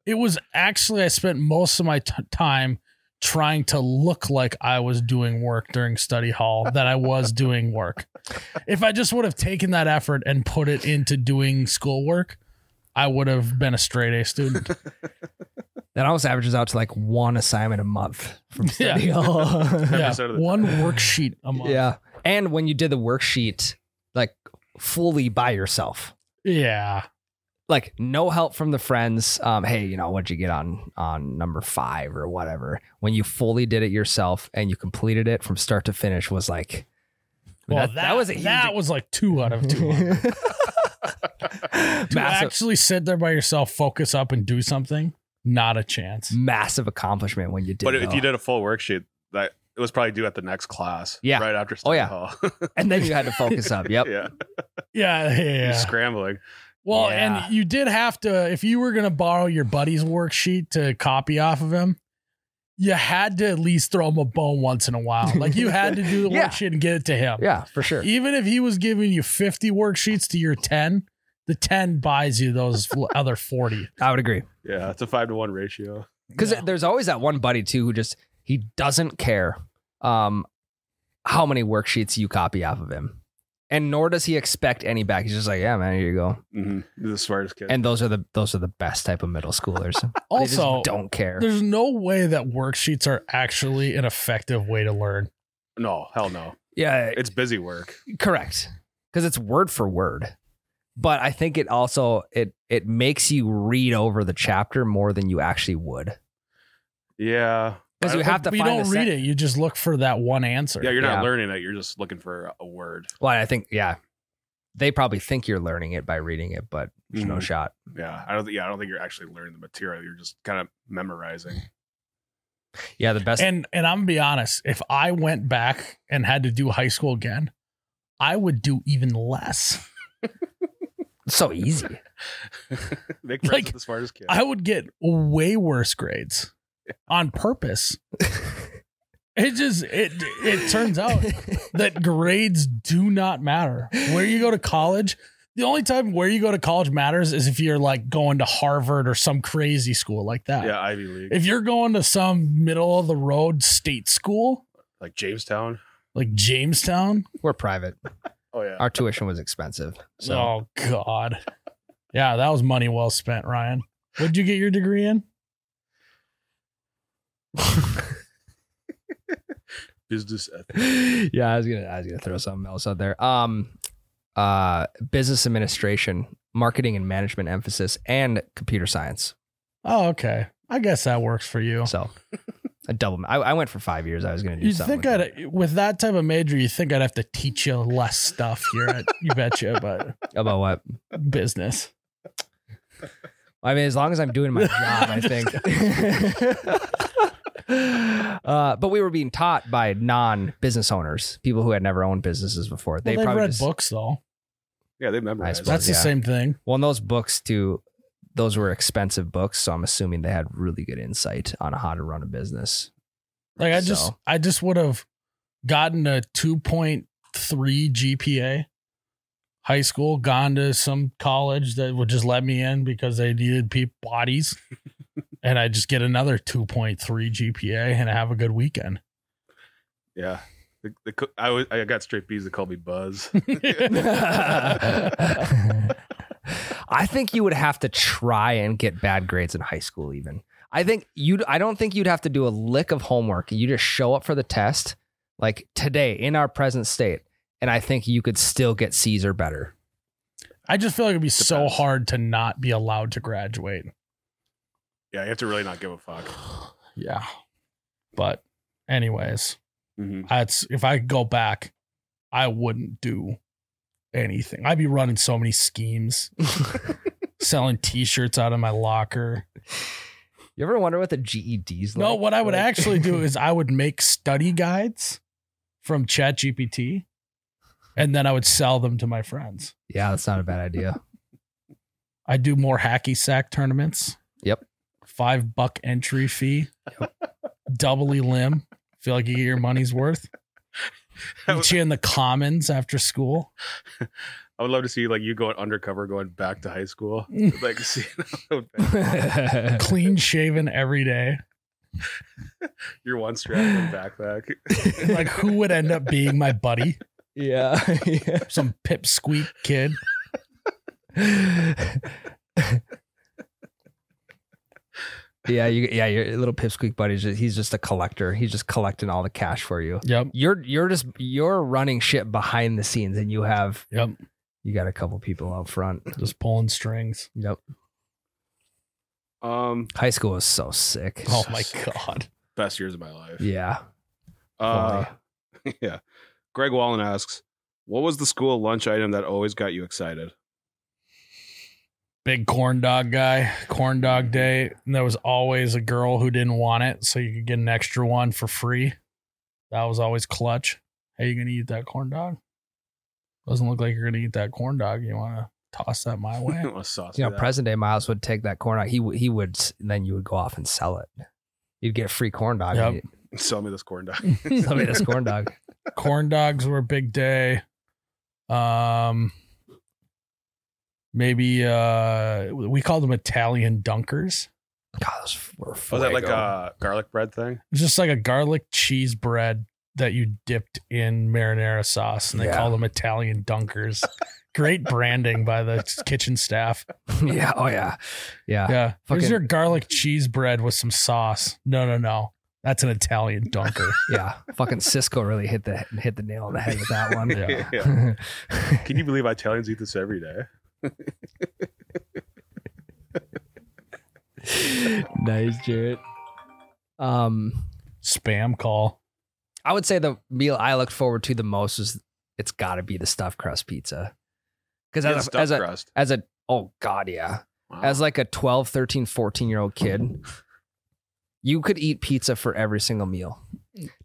Speaker 1: it was actually i spent most of my t- time trying to look like i was doing work during study hall that i was doing work if i just would have taken that effort and put it into doing schoolwork I would have been a straight A student.
Speaker 2: that almost averages out to like one assignment a month from
Speaker 1: Yeah.
Speaker 2: study hall.
Speaker 1: yeah,
Speaker 3: 10% of the
Speaker 1: one worksheet a month.
Speaker 2: yeah, and when you did the worksheet, like fully by yourself.
Speaker 1: yeah.
Speaker 2: like no help from the friends. Um, hey, you know, what'd you get on on number five or whatever? When you fully did it yourself and you completed it from start to finish was like
Speaker 1: Well,
Speaker 2: that, that was a huge
Speaker 1: that was like two out of two. To
Speaker 2: massive,
Speaker 1: actually sit there by yourself, focus up, and do something, not a chance.
Speaker 2: massive accomplishment when you did.
Speaker 3: but if
Speaker 2: though.
Speaker 3: you did a full worksheet, that it was probably due at the next class.
Speaker 2: Yeah.
Speaker 3: Right after study
Speaker 2: Oh, yeah.
Speaker 3: hall.
Speaker 2: and then you had to focus up. Yep.
Speaker 3: yeah.
Speaker 1: Yeah, yeah,
Speaker 3: You're
Speaker 1: yeah.
Speaker 3: Scrambling.
Speaker 1: Well,
Speaker 2: Yeah.
Speaker 1: and you did have to, if you were going to borrow your buddy's worksheet to copy off of him, you had to at least throw him a bone once in a while. Like you had to do the
Speaker 2: Yeah.
Speaker 1: worksheet and get it to him.
Speaker 2: Yeah, for sure.
Speaker 1: Even if he was giving you 50 worksheets to your 10, the 10 buys you those fl- other 40.
Speaker 2: I would agree.
Speaker 3: Yeah. It's a five to one ratio.
Speaker 2: Because
Speaker 1: Yeah.
Speaker 2: there's always that one buddy too who just he doesn't care um how many worksheets you copy off of him. And nor does he expect any back. He's just like, yeah, man, here you go.
Speaker 1: Mm-hmm.
Speaker 3: hmm The smartest kid.
Speaker 2: And those are the those are the best type of middle schoolers. They just
Speaker 1: Also,
Speaker 2: don't care.
Speaker 1: there's no way that worksheets are actually an effective way to learn.
Speaker 3: no, hell no.
Speaker 2: Yeah,
Speaker 3: It's busy work.
Speaker 2: correct. Because it's word for word. But I think it also it it makes you read over the chapter more than you actually would.
Speaker 3: Yeah.
Speaker 2: Because you
Speaker 3: I-
Speaker 2: have to
Speaker 1: But you
Speaker 2: find
Speaker 1: don't
Speaker 2: the
Speaker 1: read
Speaker 2: sen-
Speaker 1: it, you just look for that one answer.
Speaker 3: Yeah, you're not
Speaker 2: Yeah.
Speaker 3: learning it. You're just looking for a word.
Speaker 2: Well, I think, yeah. They probably think you're learning it by reading it, but
Speaker 1: Mm-hmm.
Speaker 2: there's no
Speaker 3: Mhm.
Speaker 2: shot.
Speaker 3: Yeah, I don't. thi- Yeah, I don't think you're actually learning the material. You're just kind of memorizing.
Speaker 2: Yeah, the best
Speaker 1: And and I'm gonna be honest, if I went back and had to do high school again, I would do even less.
Speaker 2: It's so easy.
Speaker 3: Nick
Speaker 1: Like,
Speaker 3: like, the smartest kid.
Speaker 1: I would get way worse grades on purpose. It just it it turns out that grades do not matter. Where you go to college, the only time where you go to college matters is if you're like going to Harvard or some crazy school like that.
Speaker 3: yeah, Ivy League,
Speaker 1: If you're going to some middle of the road state school
Speaker 3: like Jamestown.
Speaker 1: like Jamestown,
Speaker 2: We're private.
Speaker 3: Oh yeah,
Speaker 2: Our tuition was expensive. So
Speaker 1: Oh God. Yeah, that was money well spent, Ryan. What'd you get your degree in?
Speaker 3: business ethics.
Speaker 2: yeah, I was gonna I was gonna throw something else out there. Um uh business administration, marketing and management emphasis, and computer science.
Speaker 1: Oh, okay. I guess that works for you.
Speaker 2: So a double I, I went for five years. I was gonna do
Speaker 1: You
Speaker 2: something.
Speaker 1: think
Speaker 2: like
Speaker 1: I'd with that type of major, you think I'd have to teach you less stuff here at you betcha, but
Speaker 2: that. about what?
Speaker 1: business.
Speaker 2: I mean, as long as I'm doing my job, I think. uh, but we were being taught by non-business owners, people who had never owned businesses before.
Speaker 1: Well,
Speaker 2: They
Speaker 1: they have
Speaker 2: probably
Speaker 1: read
Speaker 2: just,
Speaker 1: books though.
Speaker 3: Yeah, they memorize.
Speaker 2: suppose.
Speaker 3: it.
Speaker 1: That's
Speaker 2: yeah.
Speaker 1: the same thing.
Speaker 2: Well, and those books too, those were expensive books, so I'm assuming they had really good insight on how to run a business.
Speaker 1: Like I just
Speaker 2: So-
Speaker 1: I just would have gotten a 2.3 GPA high school, gone to some college that would just let me in because they needed peop bodies. and I just get another 2.3 GPA and have a good weekend.
Speaker 3: Yeah, the, the, co- I was, I got straight B's. They called me Buzz.
Speaker 2: I think you would have to try and get bad grades in high school even. I think you I don't think you'd have to do a lick of homework. You just show up for the test like today in our present state and I think you could still get C's or better.
Speaker 1: I just feel like it'd be so
Speaker 3: Depends.
Speaker 1: hard to not be allowed to graduate.
Speaker 3: yeah, you have to really not give a fuck.
Speaker 1: Yeah. But anyways,
Speaker 3: Mhm.
Speaker 1: that's if I could go back, I wouldn't do anything. I'd be running so many schemes. selling t-shirts out of my locker.
Speaker 2: You ever wonder what the GED's like?
Speaker 1: No, what I would
Speaker 2: Like-
Speaker 1: actually do is I would make study guides from ChatGPT and then I would sell them to my friends.
Speaker 2: Yeah, that's not a bad idea.
Speaker 1: I do more hacky sack tournaments.
Speaker 2: Yep.
Speaker 1: 5 buck entry fee. Doubly limb. Feel like you get your money's worth.
Speaker 3: I
Speaker 1: Meet
Speaker 3: would,
Speaker 1: you in the commons after school.
Speaker 3: I would love to see like you going undercover, going back to high school. Like, see,
Speaker 1: Clean shaven every day.
Speaker 3: your one strap backpack.
Speaker 1: Like who would end up being my buddy?
Speaker 2: yeah.
Speaker 1: Some pipsqueak kid.
Speaker 2: yeah, you, yeah, your little pipsqueak buddy's just, he's just a collector. He's just collecting all the cash for you.
Speaker 1: Yep.
Speaker 2: You're you're just you're running shit behind the scenes, and you have
Speaker 1: Yep.
Speaker 2: you got a couple people out front.
Speaker 1: Just pulling strings.
Speaker 2: Yep,
Speaker 3: Um,
Speaker 2: high school was so sick.
Speaker 1: Oh my god.
Speaker 3: best years of my life.
Speaker 2: yeah, oh,
Speaker 3: Uh,
Speaker 2: Fully.
Speaker 3: Greg Wallen asks, "What was the school lunch item that always got you excited?"
Speaker 1: big corn dog guy, corn dog day. And there was always a girl who didn't want it, so you could get an extra one for free. That was always clutch. How you gonna eat that corn dog? Doesn't look like you're gonna eat that corn dog. You wanna toss that my way?
Speaker 3: Wanna sauce
Speaker 2: You know,
Speaker 3: me that.
Speaker 2: present day Miles would take that corn dog. He w- he would, s- and then you would go off and sell it. You'd get a free corn dog.
Speaker 1: Yep.
Speaker 2: and
Speaker 3: Sell me this corn dog.
Speaker 2: you'd- Sell me this corn dog.
Speaker 1: corn dogs were a big day. Um maybe uh we called them Italian dunkers.
Speaker 2: God, those were.
Speaker 3: Was that like uh,
Speaker 2: fuego.
Speaker 3: a garlic bread thing?
Speaker 1: It's just like a garlic cheese bread that you dipped in marinara sauce and they
Speaker 2: Yeah.
Speaker 1: call them Italian dunkers. Great branding by the kitchen staff.
Speaker 2: yeah. Oh yeah. Yeah.
Speaker 1: Yeah. Here's
Speaker 2: Fucking-
Speaker 1: your garlic cheese bread with some sauce. No, no, no. That's an Italian dunker.
Speaker 2: Yeah. Fucking Cisco really hit the hit the nail on the head with that one.
Speaker 1: Yeah.
Speaker 3: Yeah. Can you believe Italians eat this every day?
Speaker 2: nice, Jarrett. Um,
Speaker 1: Spam call.
Speaker 2: I would say the meal I looked forward to the most is it's got to be the stuffed crust pizza. Because
Speaker 3: Yeah,
Speaker 2: as a,
Speaker 3: stuffed
Speaker 2: as a
Speaker 3: crust.
Speaker 2: as a oh god yeah
Speaker 3: Wow.
Speaker 2: as like a 12 13 14 year old kid you could eat pizza for every single meal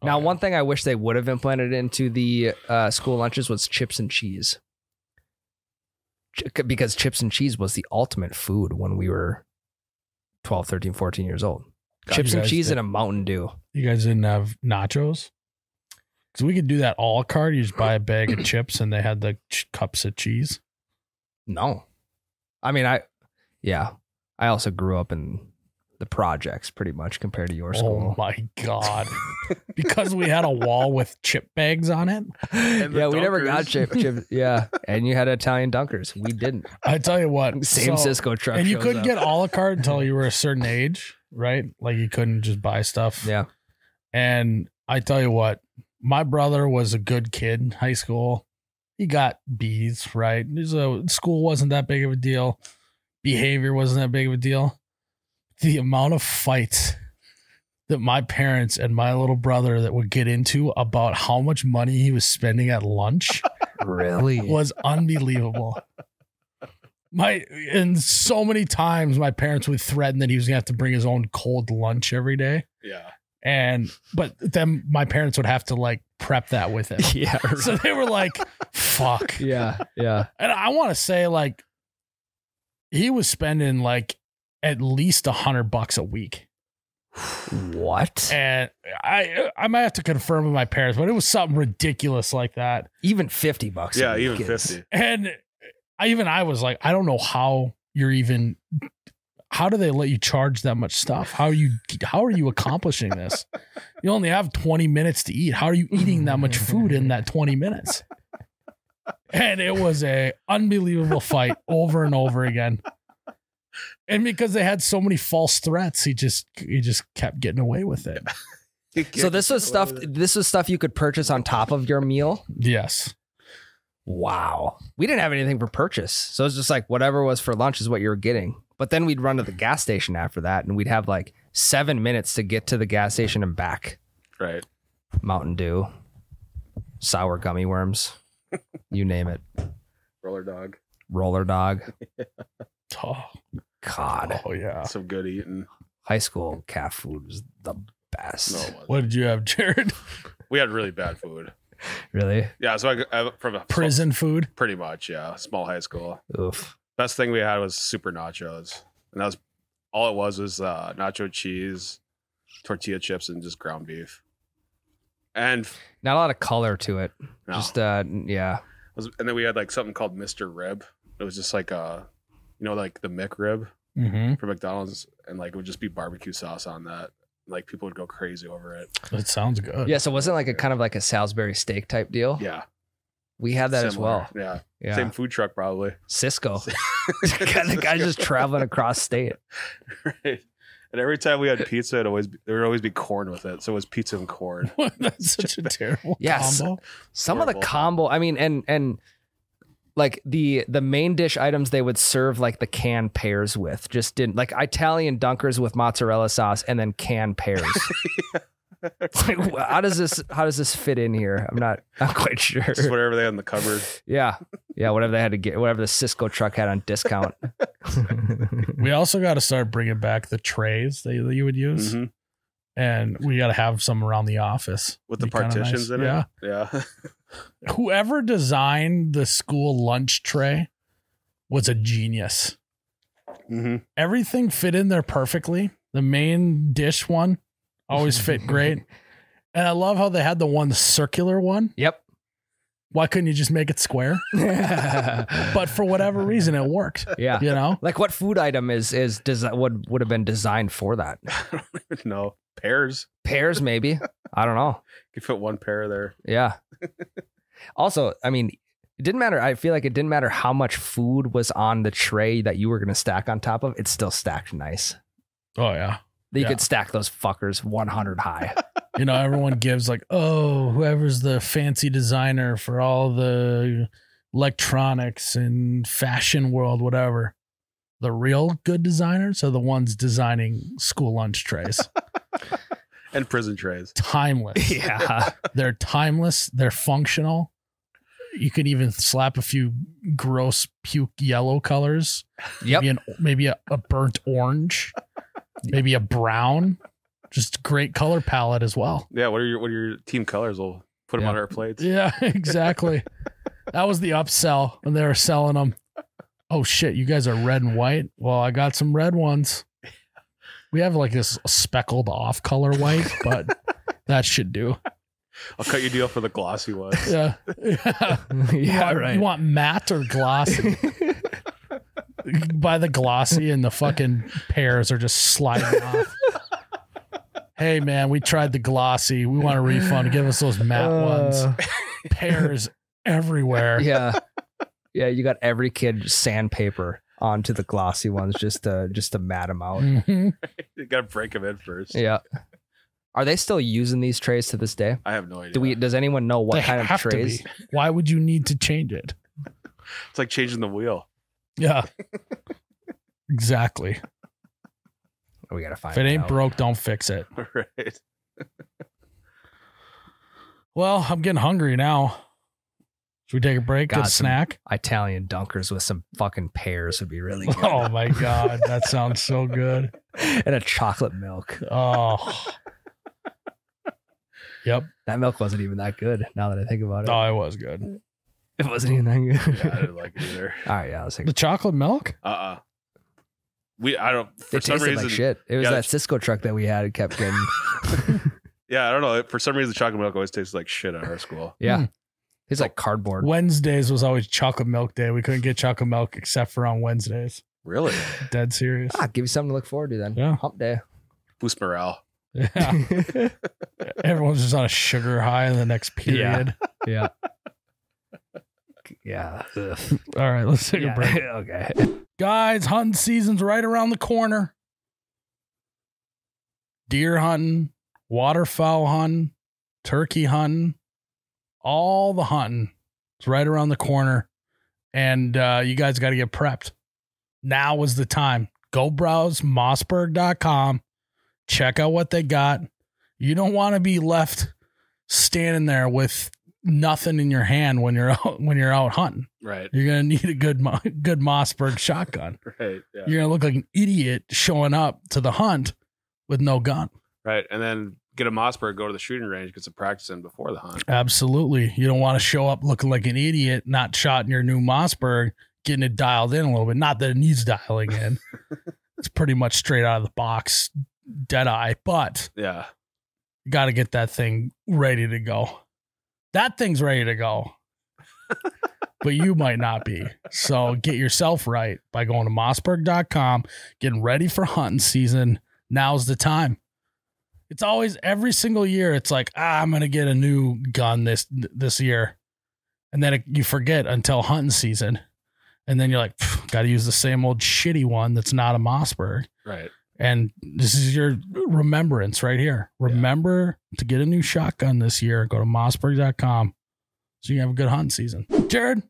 Speaker 2: now
Speaker 1: Okay.
Speaker 2: one thing i wish they would have implemented into the uh, school lunches was chips and cheese Ch- because chips and cheese was the ultimate food when we were 12 13 14 years old
Speaker 1: God,
Speaker 2: chips
Speaker 1: you
Speaker 2: and
Speaker 1: guys
Speaker 2: cheese
Speaker 1: did-
Speaker 2: and a mountain dew
Speaker 1: You guys didn't have nachos? Because we could do that all card. You just buy a bag of chips and they had the ch- cups of cheese.
Speaker 2: no i mean i yeah i also grew up in the projects pretty much compared to your
Speaker 1: Oh
Speaker 2: school
Speaker 1: my God. because we had a wall with chip bags on it.
Speaker 2: yeah,
Speaker 3: And the
Speaker 2: we never got
Speaker 3: Dunkers.
Speaker 2: chip, chip. Yeah, and you had Italian dunkers. We didn't.
Speaker 1: I tell you what.
Speaker 2: Same
Speaker 1: so-
Speaker 2: Cisco truck.
Speaker 1: And you
Speaker 2: shows
Speaker 1: couldn't
Speaker 2: up.
Speaker 1: get a la carte until you were a certain age, right? Like you couldn't just buy stuff.
Speaker 2: Yeah,
Speaker 1: And I tell you what, my brother was a good kid in high school. He got B's, right? He's a- school wasn't that big of a deal. Behavior wasn't that big of a deal. The amount of fights that my parents and my little brother that would get into about how much money he was spending at lunch
Speaker 2: really.
Speaker 1: was unbelievable. My and so many times my parents would threaten that he was gonna have to bring his own cold lunch every day
Speaker 3: Yeah.
Speaker 1: and but then my parents would have to like prep that with him.
Speaker 2: Yeah,
Speaker 1: so they were like, "Fuck!"
Speaker 2: yeah, yeah.
Speaker 1: And I want to say like, he was spending like at least a hundred bucks a week,
Speaker 2: What?
Speaker 1: and I I might have to confirm with my parents, but it was something ridiculous like that.
Speaker 2: Even fifty bucks. a
Speaker 3: Yeah,
Speaker 2: week
Speaker 3: even
Speaker 2: is-
Speaker 3: 50.
Speaker 1: And I even I was like, I don't know how you're even. How do they let you charge that much stuff? How are you how are you accomplishing this? You only have 20 minutes to eat. How are you eating that much food in that 20 minutes? And it was a unbelievable fight over and over again. And because they had so many false threats, he just he just kept getting away with it.
Speaker 2: So this was stuff. This was stuff you could purchase on top of your meal.
Speaker 1: Yes.
Speaker 2: Wow. We didn't have anything for purchase, so it's just like whatever was for lunch is what you were getting. But then we'd run to the gas station after that, and we'd have like seven minutes to get to the gas station and back.
Speaker 3: Right.
Speaker 2: Mountain Dew, sour gummy worms, you name it.
Speaker 3: Roller dog.
Speaker 2: Roller dog.
Speaker 1: Oh,
Speaker 2: God,
Speaker 1: oh, yeah.
Speaker 3: Some good eating.
Speaker 2: high school cat food was the
Speaker 3: No,
Speaker 2: best.
Speaker 3: it wasn't.
Speaker 1: What did you have, Jared?
Speaker 3: we had really bad food.
Speaker 2: Really?
Speaker 3: Yeah. So I, I from a
Speaker 1: Prison food.
Speaker 3: pretty much. Yeah. Small high school.
Speaker 2: Oof.
Speaker 3: Best thing we had was super nachos, and that was all it was was uh, nacho cheese, tortilla chips, and just ground beef. And
Speaker 2: Not a lot of color to it.
Speaker 3: no,
Speaker 2: Just uh, yeah.
Speaker 3: was- and then we had like something called Mister Rib. It was just like uh you know, like the Mick Rib
Speaker 1: Mm-hmm.
Speaker 3: from McDonald's, and like it would just be barbecue sauce on that. Like people would go crazy over it.
Speaker 1: That sounds good.
Speaker 2: Yeah. So it wasn't like a kind of like a Salisbury steak type deal.
Speaker 3: Yeah,
Speaker 2: We Oh, had that as
Speaker 3: similar.
Speaker 2: well.
Speaker 3: Yeah.
Speaker 2: Yeah.
Speaker 3: same food truck probably.
Speaker 2: Cisco. the guy's just traveling across state.
Speaker 3: Right. And every time we had pizza, it always be, there would always be corn with it. So it was pizza and corn.
Speaker 1: That's such a terrible
Speaker 2: Yes.
Speaker 1: combo.
Speaker 2: some of the
Speaker 3: Horrible.
Speaker 2: combo i mean and and like the the main dish items they would serve like the canned pears with just didn't like italian dunkers with mozzarella sauce and then canned pears It's like wh- how does this how does this fit in here i'm not not quite sure
Speaker 3: Just whatever they had in the cupboard.
Speaker 2: yeah yeah whatever they had to get whatever the cisco truck had on discount
Speaker 1: We also got to start bringing back the trays that you that you would use,
Speaker 3: Mhm.
Speaker 1: and we got to have some around the office
Speaker 3: With the
Speaker 1: Be kinda
Speaker 3: partitions
Speaker 1: nice.
Speaker 3: in it.
Speaker 1: Yeah.
Speaker 3: Yeah.
Speaker 1: whoever designed the school lunch tray was a genius.
Speaker 3: hmm
Speaker 1: Mm-hmm. Everything fit in there perfectly. The main dish one always fit great. And I love how they had the one the circular one.
Speaker 2: yep.
Speaker 1: Why couldn't you just make it square? But
Speaker 2: but
Speaker 1: for whatever reason it worked.
Speaker 2: yeah.
Speaker 1: You know?
Speaker 2: Like what food item is is does would would have been designed for that?
Speaker 3: no. Pears.
Speaker 2: Pears maybe. I don't know.
Speaker 3: You could fit one pear there.
Speaker 2: Yeah. also, I mean, it didn't matter. I feel like it didn't matter how much food was on the tray that you were going to stack on top of. It's still stacked nice.
Speaker 1: Oh yeah.
Speaker 2: You
Speaker 1: Yeah.
Speaker 2: could stack those fuckers 100 high.
Speaker 1: You know, everyone gives like, oh, whoever's the fancy designer for all the electronics and fashion world, whatever. The real good designers are the ones designing school lunch trays.
Speaker 3: And prison trays.
Speaker 1: timeless.
Speaker 2: yeah.
Speaker 1: They're timeless. They're functional. You could even slap a few gross puke yellow colors.
Speaker 2: Yep.
Speaker 1: Maybe, an, maybe a, a burnt orange. Maybe a brown. Just great color palette as well.
Speaker 3: Yeah. What are your what are your team colors? We'll put them
Speaker 2: Yeah.
Speaker 3: on our plates.
Speaker 1: Yeah, exactly. that was the upsell when they were selling them. Oh shit, you guys are red and white. Well, I got some red ones. We have like this speckled off color white, but that should do.
Speaker 3: I'll cut your deal for the glossy one.
Speaker 1: Yeah. yeah. You
Speaker 2: yeah,
Speaker 1: want,
Speaker 2: right.
Speaker 1: You want matte or glossy? Buy the glossy and the fucking pears are just sliding off. Hey man, we tried the glossy. We want a refund. Give us those matte ones.
Speaker 2: Uh,
Speaker 1: Pears everywhere.
Speaker 2: Yeah. Yeah, you got every kid sandpaper onto the glossy ones just to just to mat them out.
Speaker 1: Mhm.
Speaker 3: you gotta break them in first.
Speaker 2: Yeah. Are they still using these trays to this day?
Speaker 3: I have no idea.
Speaker 2: Do we does anyone know what
Speaker 1: They
Speaker 2: kind of
Speaker 1: have to
Speaker 2: trays?
Speaker 1: be. Why would you need to change it?
Speaker 3: it's like changing the wheel.
Speaker 1: Yeah. Exactly.
Speaker 2: We got to find
Speaker 1: If it ain't
Speaker 2: out.
Speaker 1: broke, don't fix it.
Speaker 3: right.
Speaker 1: Well, I'm getting hungry now. Should we take a break?
Speaker 2: Got
Speaker 1: Get a
Speaker 2: some-
Speaker 1: snack?
Speaker 2: Italian dunkers with some fucking pears would be really good.
Speaker 1: Oh my God. That sounds so good.
Speaker 2: and a chocolate milk.
Speaker 1: Oh. yep.
Speaker 2: That milk wasn't even that good now that I think about it.
Speaker 1: Oh, it was good.
Speaker 2: It wasn't even that good.
Speaker 3: Yeah, I didn't like it either.
Speaker 2: All right, yeah, let's take
Speaker 1: The chocolate milk?
Speaker 3: Uh uh We I don't for
Speaker 2: It
Speaker 3: some
Speaker 2: tasted
Speaker 3: reason
Speaker 2: like shit. It was
Speaker 3: yeah,
Speaker 2: that
Speaker 3: it's-
Speaker 2: Cisco truck that we had. It kept getting.
Speaker 3: Yeah, I don't know. For some reason the chocolate milk always tastes like shit at our school.
Speaker 2: Yeah.
Speaker 1: Hmm.
Speaker 2: It's like cardboard.
Speaker 1: Wednesdays was always chocolate milk day. We couldn't get chocolate milk except for on Wednesdays.
Speaker 3: Really?
Speaker 1: Dead serious.
Speaker 2: Ah, give you something to look forward to then.
Speaker 1: Yeah.
Speaker 2: Hump day.
Speaker 3: Boost morale.
Speaker 1: Yeah. Everyone's just on a sugar high in the next period.
Speaker 2: yeah. Yeah. Ugh.
Speaker 1: All right, let's take
Speaker 2: Yeah.
Speaker 1: a break.
Speaker 2: okay.
Speaker 1: Guys, hunting season's right around the corner. Deer hunting, waterfowl hunting, turkey hunting, all the hunting is right around the corner. And uh, you guys got to get prepped. Now is the time. Go browse mossberg.com. Check out what they got. You don't want to be left standing there with nothing in your hand when you're out when you're out hunting.
Speaker 3: Right.
Speaker 1: You're gonna need a good Mo- good Mossberg shotgun.
Speaker 3: Right. Yeah.
Speaker 1: You're gonna look like an idiot showing up to the hunt with no gun.
Speaker 3: Right. And then get a Mossberg, go to the shooting range, get some practice in before the hunt.
Speaker 1: Absolutely, you don't want to show up looking like an idiot, not shot in your new Mossberg, getting it dialed in a little bit. Not that it needs dialing in. it's pretty much straight out of the box, dead eye. But
Speaker 3: Yeah.
Speaker 1: you got to get that thing ready to go. That thing's ready to go. but you might not be. So get yourself right by going to mossberg.com, getting ready for hunting season. Now's the time. It's always every single year it's like, ah, I'm going to get a new gun this this year. And then it, you forget until hunting season. And then you're like, got to use the same old shitty one that's not a Mossberg.
Speaker 3: Right.
Speaker 1: And this is your remembrance right here.
Speaker 3: Yeah.
Speaker 1: Remember to get a new shotgun this year. Go to mossberg.com so you can have a good hunting season. Jared,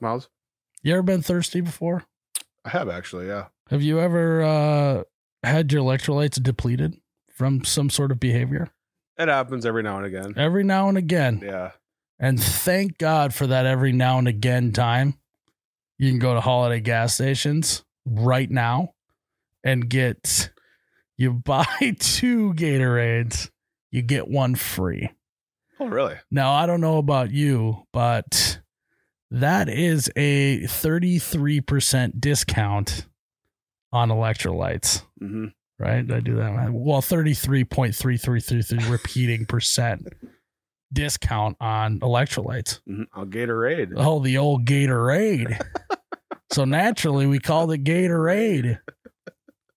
Speaker 3: Miles?
Speaker 1: you ever been thirsty before?
Speaker 3: I have actually, yeah.
Speaker 1: Have you ever uh, had your electrolytes depleted from some sort of behavior?
Speaker 3: It happens every now and again.
Speaker 1: Every now and again.
Speaker 3: Yeah.
Speaker 1: And thank God for that every now and again time. You can go to holiday gas stations right now and get you buy two Gatorades, you get one free.
Speaker 3: Oh, really?
Speaker 1: Now, I don't know about you, but that is a 33% discount on electrolytes,
Speaker 3: Mm-hmm.
Speaker 1: right? Did I do that. right? Well, 33.3333 repeating percent discount on electrolytes.
Speaker 3: I'll Gatorade.
Speaker 1: Oh, the old Gatorade. so naturally, we called it Gatorade.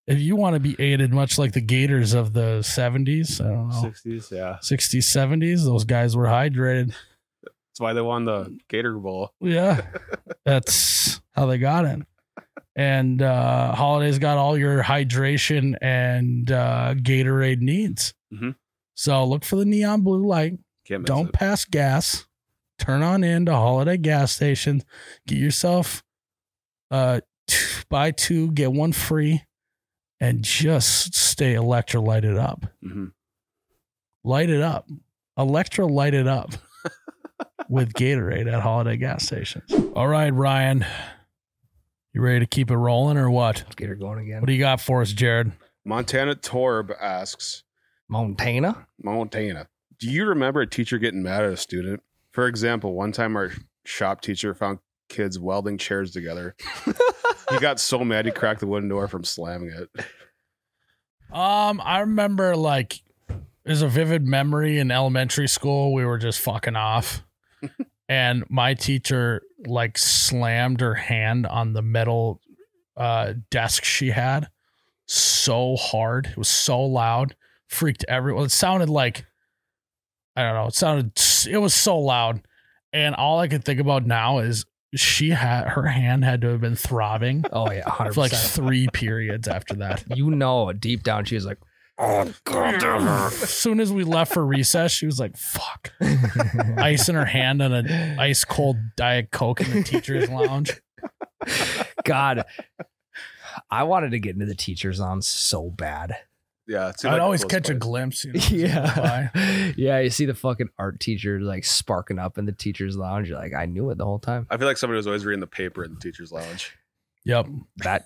Speaker 1: If you want to be aided, much like the Gators of the 70s, I don't know,
Speaker 3: 60s, yeah.
Speaker 1: 60s, 70s, those guys were hydrated.
Speaker 3: That's why they won the Gator Bowl.
Speaker 1: Yeah. That's how they got it. And uh holidays got all your hydration and uh Gatorade needs.
Speaker 3: Mhm.
Speaker 1: So look for the neon blue light.
Speaker 3: Can't miss
Speaker 1: Don't
Speaker 3: it.
Speaker 1: pass gas. Turn on into holiday gas stations. Get yourself uh t- buy two, get one free, and just stay electrolyted up.
Speaker 3: Mhm.
Speaker 1: Light it up. Electrolyte it up with Gatorade at holiday gas stations. All right, Ryan. You ready to keep it rolling or what?
Speaker 2: Let's get her going again.
Speaker 1: What do you got for us, Jared?
Speaker 3: Montana Torb asks,
Speaker 2: Montana?
Speaker 3: Montana. Do you remember a teacher getting mad at a student? For example, one time our shop teacher found kids welding chairs together. he got so mad he cracked the wooden door from slamming it.
Speaker 1: Um, I remember like there's a vivid memory in elementary school. We were just fucking off. and my teacher like slammed her hand on the metal uh desk she had so hard. It was so loud, freaked everyone. It sounded like I don't know, it sounded it was so loud. And all I could think about now is she had her hand had to have been throbbing
Speaker 2: Oh, yeah, 100%.
Speaker 1: for like three periods after that.
Speaker 2: you know, deep down, she was like, oh, God damn her."
Speaker 1: as soon as we left for recess, she was like, "Fuck!" Ice in her hand on an ice cold diet coke in the teachers' lounge.
Speaker 2: God, I wanted to get into the teacher's on so bad.
Speaker 3: Yeah. it seemed
Speaker 1: I'd
Speaker 3: like
Speaker 1: always
Speaker 3: close
Speaker 1: catch a
Speaker 3: place.
Speaker 1: glimpse. You know, as it
Speaker 2: Yeah.
Speaker 1: went
Speaker 2: Yeah. You see the fucking art teacher like sparking up in the teacher's lounge. You're like, I knew it the whole time.
Speaker 3: I feel like somebody was always reading the paper in the teacher's lounge.
Speaker 1: by. Yep.
Speaker 2: That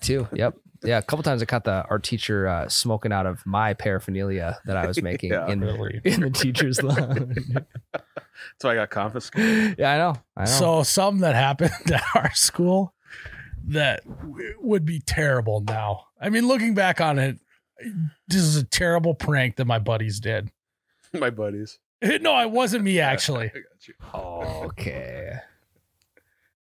Speaker 2: too. Yep. Yeah. A couple times I caught the art teacher uh, smoking out of my paraphernalia that I was making
Speaker 3: Yeah.
Speaker 2: in,
Speaker 1: Really.
Speaker 2: in the teacher's lounge.
Speaker 3: That's why I got confiscated.
Speaker 2: yeah, I know. I know.
Speaker 1: So something that happened at our school that w- would be terrible now. I mean, looking back on it, this is a terrible prank that my buddies did.
Speaker 3: My buddies.
Speaker 1: No, it wasn't me
Speaker 3: I
Speaker 1: actually.
Speaker 3: got you.
Speaker 2: okay.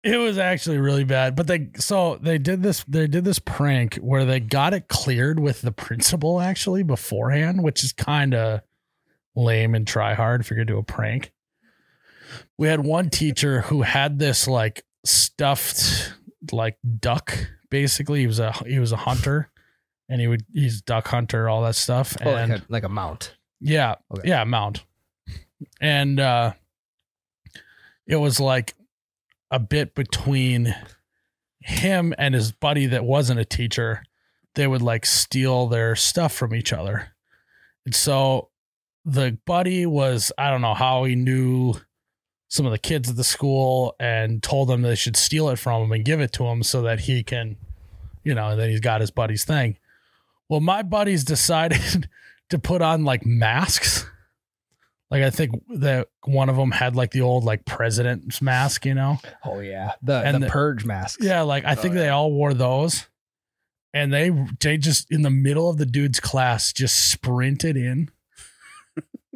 Speaker 1: It was actually really bad. But they so they did this they did this prank where they got it cleared with the principal actually beforehand, which is kind of lame and try hard if you're gonna do a prank. We had one teacher who had this like stuffed like duck. Basically, he was a he was a hunter, and he would he's a duck hunter, all that stuff.
Speaker 2: Oh,
Speaker 1: and
Speaker 2: like, a, like a mount.
Speaker 1: yeah.
Speaker 2: Okay.
Speaker 1: Yeah, mound. And uh it was like a bit between him and his buddy that wasn't a teacher. They would like steal their stuff from each other. And so the buddy was I don't know how he knew some of the kids at the school and told them they should steal it from him and give it to him so that he can you know, and then he's got his buddy's thing. Well, my buddies decided to put on like masks. Like I think that one of them had like the old like president's mask, you know.
Speaker 2: Oh, yeah. The,
Speaker 1: And
Speaker 2: the
Speaker 1: the-
Speaker 2: purge masks.
Speaker 1: Yeah, like I
Speaker 3: Oh,
Speaker 1: think
Speaker 3: yeah.
Speaker 1: they all wore those. And they they just in the middle of the dude's class just sprinted in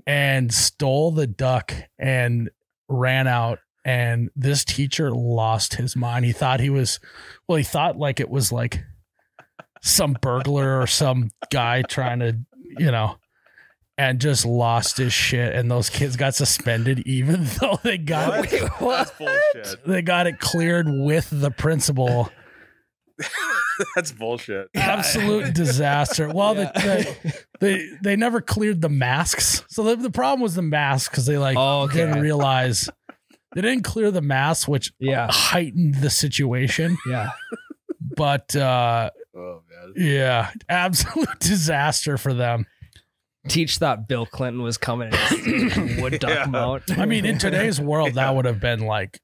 Speaker 1: and stole the duck and ran out and this teacher lost his mind. He thought he was well, he thought like it was like some burglar or some guy trying to, you know, and just lost his shit and those kids got suspended even though they got
Speaker 3: What?
Speaker 2: Wait, what?
Speaker 3: That's bullshit.
Speaker 1: they got it cleared with the principal.
Speaker 3: That's bullshit.
Speaker 1: Absolute disaster. Well,
Speaker 2: Yeah.
Speaker 1: the, the, they they never cleared the masks. So the, the problem was the masks because they like
Speaker 2: Oh, okay.
Speaker 1: didn't realize they didn't clear the masks, which
Speaker 2: Yeah.
Speaker 1: heightened the situation.
Speaker 2: Yeah.
Speaker 1: But uh,
Speaker 3: Oh man.
Speaker 1: yeah, absolute disaster for them.
Speaker 2: Teach thought Bill Clinton was coming in his wood duck
Speaker 3: Yeah.
Speaker 2: mount.
Speaker 1: I mean, in today's world, that would have been like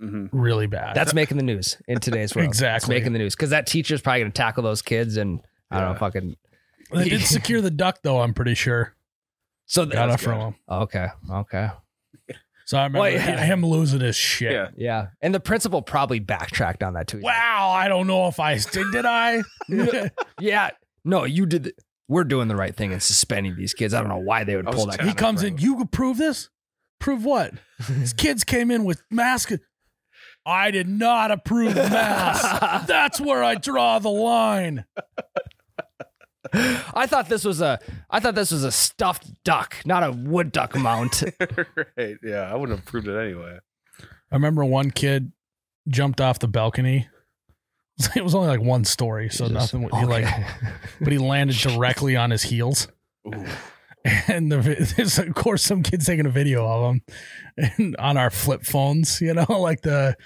Speaker 3: hmm
Speaker 1: really bad.
Speaker 2: That's making the news in today's world. It's
Speaker 1: Exactly.
Speaker 2: making the news because that teacher's probably going to tackle those kids and I don't know,
Speaker 3: Yeah.
Speaker 2: fucking.
Speaker 1: they did secure the duck though. I'm pretty sure
Speaker 2: So
Speaker 1: got
Speaker 2: the,
Speaker 1: it from him.
Speaker 2: okay, okay,
Speaker 1: So I remember
Speaker 2: Well, yeah.
Speaker 1: him losing his shit.
Speaker 3: Yeah.
Speaker 2: yeah, and the principal probably backtracked on that too.
Speaker 1: Wow, I don't know if I did. Did I?
Speaker 2: Yeah, no, you did. The, we're doing the right thing in suspending these kids. I don't know why they would
Speaker 3: I was
Speaker 2: pull that.
Speaker 3: telling
Speaker 1: he comes in. You approve this? Prove what? His kids came in with masks. I did not approve the mask. That's where I draw the line.
Speaker 2: I thought this was a. I thought this was a stuffed duck, not a wood duck mount.
Speaker 3: right. Yeah. I wouldn't have proved it anyway.
Speaker 1: I remember one kid jumped off the balcony. It was only like one story, so
Speaker 2: Jesus.
Speaker 1: nothing. He
Speaker 2: Okay.
Speaker 1: like, but he landed directly on his heels.
Speaker 3: Ooh.
Speaker 1: and the vi- there's of course some kids taking a video of them and on our flip phones you know like the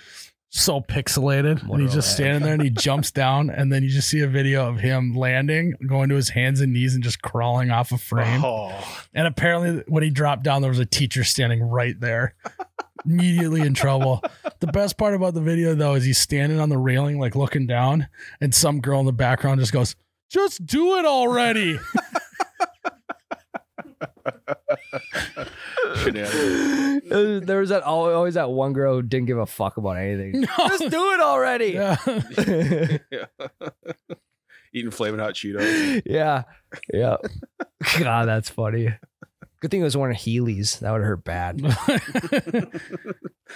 Speaker 1: so pixelated and he's
Speaker 2: Motorola.
Speaker 1: just standing there and he jumps down and then you just see a video of him landing going to his hands and knees and just crawling off a frame
Speaker 3: Oh.
Speaker 1: and apparently when he dropped down there was a teacher standing right there immediately in trouble the best part about the video though is he's standing on the railing like looking down and some girl in the background just goes just do it already
Speaker 3: Shenanigans.
Speaker 2: Uh, there was that al- always that one girl who didn't give a fuck about anything.
Speaker 1: No.
Speaker 2: Just do it already.
Speaker 1: yeah.
Speaker 3: Yeah. Eating flaming hot Cheetos.
Speaker 2: yeah. Yeah. God, that's funny. Good thing it was one of Heelys. That would have hurt bad.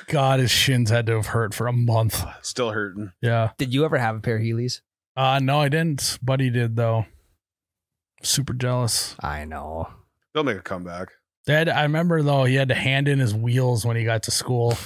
Speaker 1: God, his shins had to have hurt for a month.
Speaker 3: Still hurting.
Speaker 1: Yeah.
Speaker 2: Did you ever have a pair of Heelys?
Speaker 1: Uh no, I didn't. Buddy did though. Super jealous.
Speaker 2: I know.
Speaker 3: They'll make a comeback.
Speaker 1: Dad, I remember though he had to hand in his wheels when he got to school.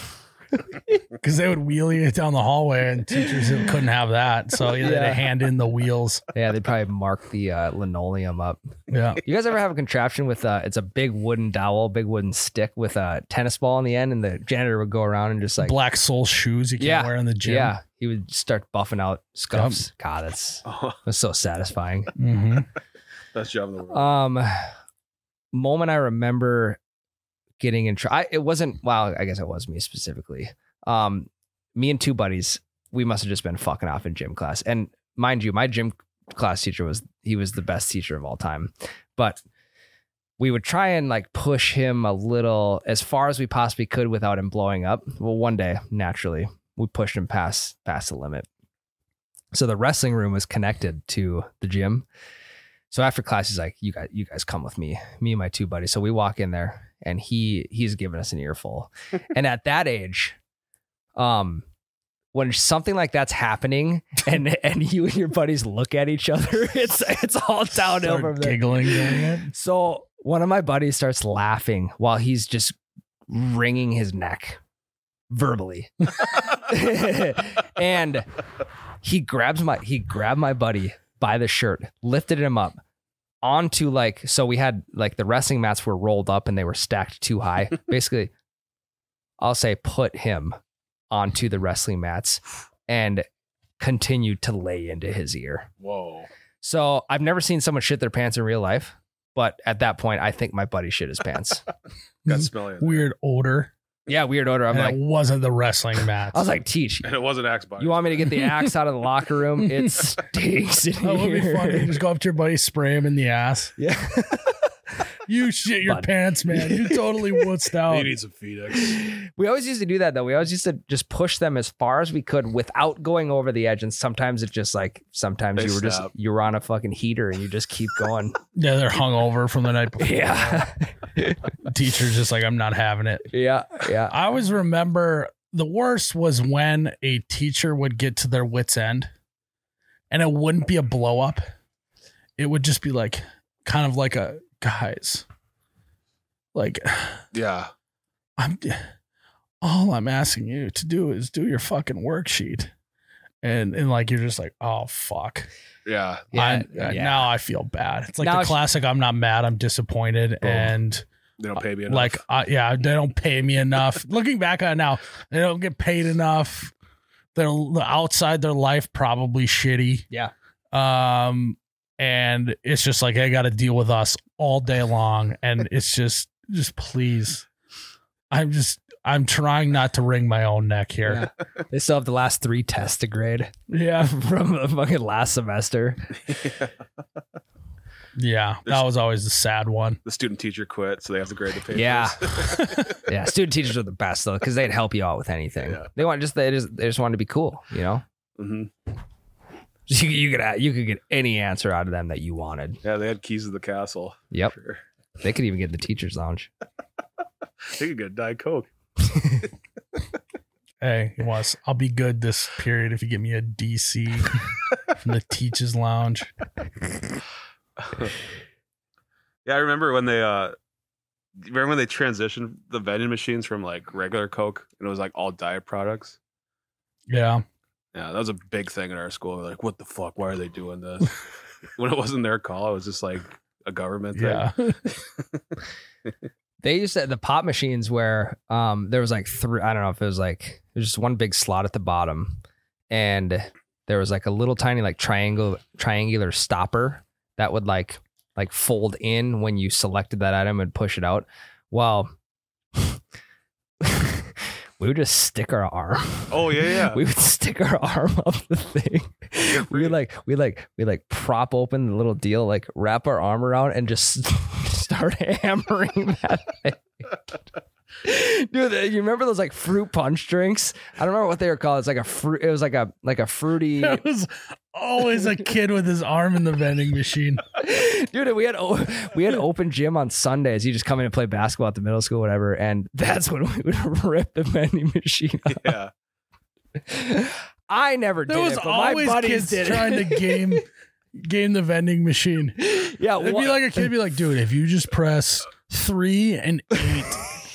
Speaker 1: Because they would wheelie it down the hallway, and teachers couldn't have that, so he had
Speaker 2: Yeah.
Speaker 1: to hand in the wheels.
Speaker 2: Yeah, they probably marked the uh, linoleum up.
Speaker 1: Yeah,
Speaker 2: You guys ever have a contraption with uh, it's a big wooden dowel, big wooden stick with a tennis ball in the end, and the janitor would go around and just like,
Speaker 1: black sole shoes you can't
Speaker 2: Yeah.
Speaker 1: wear in the gym.
Speaker 2: yeah, he would start buffing out scuffs. God, that's
Speaker 3: Oh,
Speaker 2: that's so satisfying.
Speaker 1: hmm
Speaker 3: best job in the world.
Speaker 2: Um, moment I remember getting in trouble. It wasn't. Wow, I guess it was me specifically. Um, me and two buddies. We must have just been fucking off in gym class. And mind you, my gym class teacher was he was the best teacher of all time. But we would try and like push him a little as far as we possibly could without him blowing up. Well, one day, naturally, we pushed him past past the limit. So the wrestling room was connected to the gym. So after class, he's like, "You guys, you guys come with me, me and my two buddies." So we walk in there, and he he's giving us an earful. and at that age, um, when something like that's happening, and and you and your buddies look at each other, it's it's all downhill
Speaker 1: Start
Speaker 2: from there.
Speaker 1: giggling during it.
Speaker 2: So one of my buddies starts laughing while he's just wringing his neck verbally. and he grabs my he grabbed my buddy by the shirt, lifted him up onto like so we had like the wrestling mats were rolled up and they were stacked too high. Basically, I'll say put him onto the wrestling mats and continued to lay into his ear.
Speaker 3: Whoa.
Speaker 1: Mm-hmm.
Speaker 2: So I've never seen someone shit their pants in real life, but at that point, I think my buddy shit his pants.
Speaker 3: Got smelly. in there.
Speaker 1: Mm-hmm. Weird odor.
Speaker 2: yeah, weird order. I'm
Speaker 1: and
Speaker 2: like,
Speaker 1: it wasn't the wrestling match.
Speaker 2: I was like, teach.
Speaker 3: And it wasn't Axe Body.
Speaker 2: You want me to get the axe out of the locker room? It stinks in
Speaker 1: That would be
Speaker 2: here."
Speaker 1: funny. Just go up to your buddy, spray him in the ass.
Speaker 2: Yeah.
Speaker 1: You shit your
Speaker 2: Bud.
Speaker 1: pants, man. You totally wussed out.
Speaker 3: You need some Phoenix.
Speaker 2: We always used to do that though. We always used to just push them as far as we could without going over the edge. And sometimes it just like sometimes
Speaker 3: They
Speaker 2: you were just
Speaker 3: snap.
Speaker 2: you were on a fucking heater and you just keep going.
Speaker 1: Yeah, they're hungover from the night before.
Speaker 2: yeah.
Speaker 1: Teacher's just like, I'm not having it.
Speaker 2: Yeah. Yeah.
Speaker 1: I always remember the worst was when a teacher would get to their wits' end and it wouldn't be a blow up. It would just be like, kind of like a, guys, like,
Speaker 3: Yeah.
Speaker 1: I'm all I'm asking you to do is do your fucking worksheet. And and like you're just like, oh fuck.
Speaker 3: Yeah.
Speaker 1: I, Now I feel bad. It's like
Speaker 2: Now
Speaker 1: the
Speaker 2: it's-
Speaker 1: classic I'm not mad, I'm disappointed.
Speaker 2: Boom.
Speaker 1: And
Speaker 3: They don't pay me enough.
Speaker 1: like I, yeah, they don't pay me enough. Looking back on it now, they don't get paid enough. They're outside their life probably shitty.
Speaker 2: Yeah.
Speaker 1: Um and it's just like they gotta deal with us all day long. And it's just just please. I'm just I'm trying not to wring my own neck here.
Speaker 2: They still have the last three tests to grade
Speaker 1: Yeah.
Speaker 2: from the fucking last semester.
Speaker 1: Yeah. That was always the sad one.
Speaker 3: The student teacher quit, so they have to grade the papers.
Speaker 2: Yeah. yeah. Student teachers are the best though, because they'd help you out with anything.
Speaker 3: Yeah.
Speaker 2: They want just they just they just wanted to be cool, you know.
Speaker 3: hmm
Speaker 2: You, you could you could get any answer out of them that you wanted.
Speaker 3: Yeah, they had keys to the castle.
Speaker 2: Yep.
Speaker 3: Sure.
Speaker 2: They could even get in the teachers' lounge.
Speaker 3: They could get Diet Coke.
Speaker 1: Hey, it was. I'll be good this period if you get me a DC from the teachers lounge.
Speaker 3: Yeah, I remember when they uh remember when they transitioned the vending machines from like regular Coke and it was like all diet products?
Speaker 1: Yeah.
Speaker 3: Yeah, that was a big thing in our school. We're like, what the fuck? Why are they doing this? when it wasn't their call, it was just like a government thing.
Speaker 1: Yeah.
Speaker 2: They used to the pop machines where um there was like three I don't know if it was like there's just one big slot at the bottom and there was like a little tiny like triangle triangular stopper that would like like fold in when you selected that item and push it out. Well we would just stick our arm.
Speaker 3: Oh yeah, yeah.
Speaker 2: we would stick our arm up the thing.
Speaker 3: for
Speaker 2: We
Speaker 3: you.
Speaker 2: like we like we like prop open the little deal, like wrap our arm around and just start hammering that thing. Dude, the- you remember those like fruit punch drinks? I don't remember what they were called. It's like a fruit. It was like a like a fruity.
Speaker 1: That was always a kid with his arm in the vending machine.
Speaker 2: Dude, we had o- we had open gym on Sundays. You just come in and play basketball at the middle school, whatever. And that's when we would rip the vending machine. up.
Speaker 3: yeah.
Speaker 2: I never did
Speaker 1: There was
Speaker 2: it, but my
Speaker 1: always
Speaker 2: buddies
Speaker 1: kids
Speaker 2: did it.
Speaker 1: trying to game game the vending machine.
Speaker 2: yeah,
Speaker 1: It'd
Speaker 2: one-
Speaker 1: be like a kid be like, dude, if you just press three and eight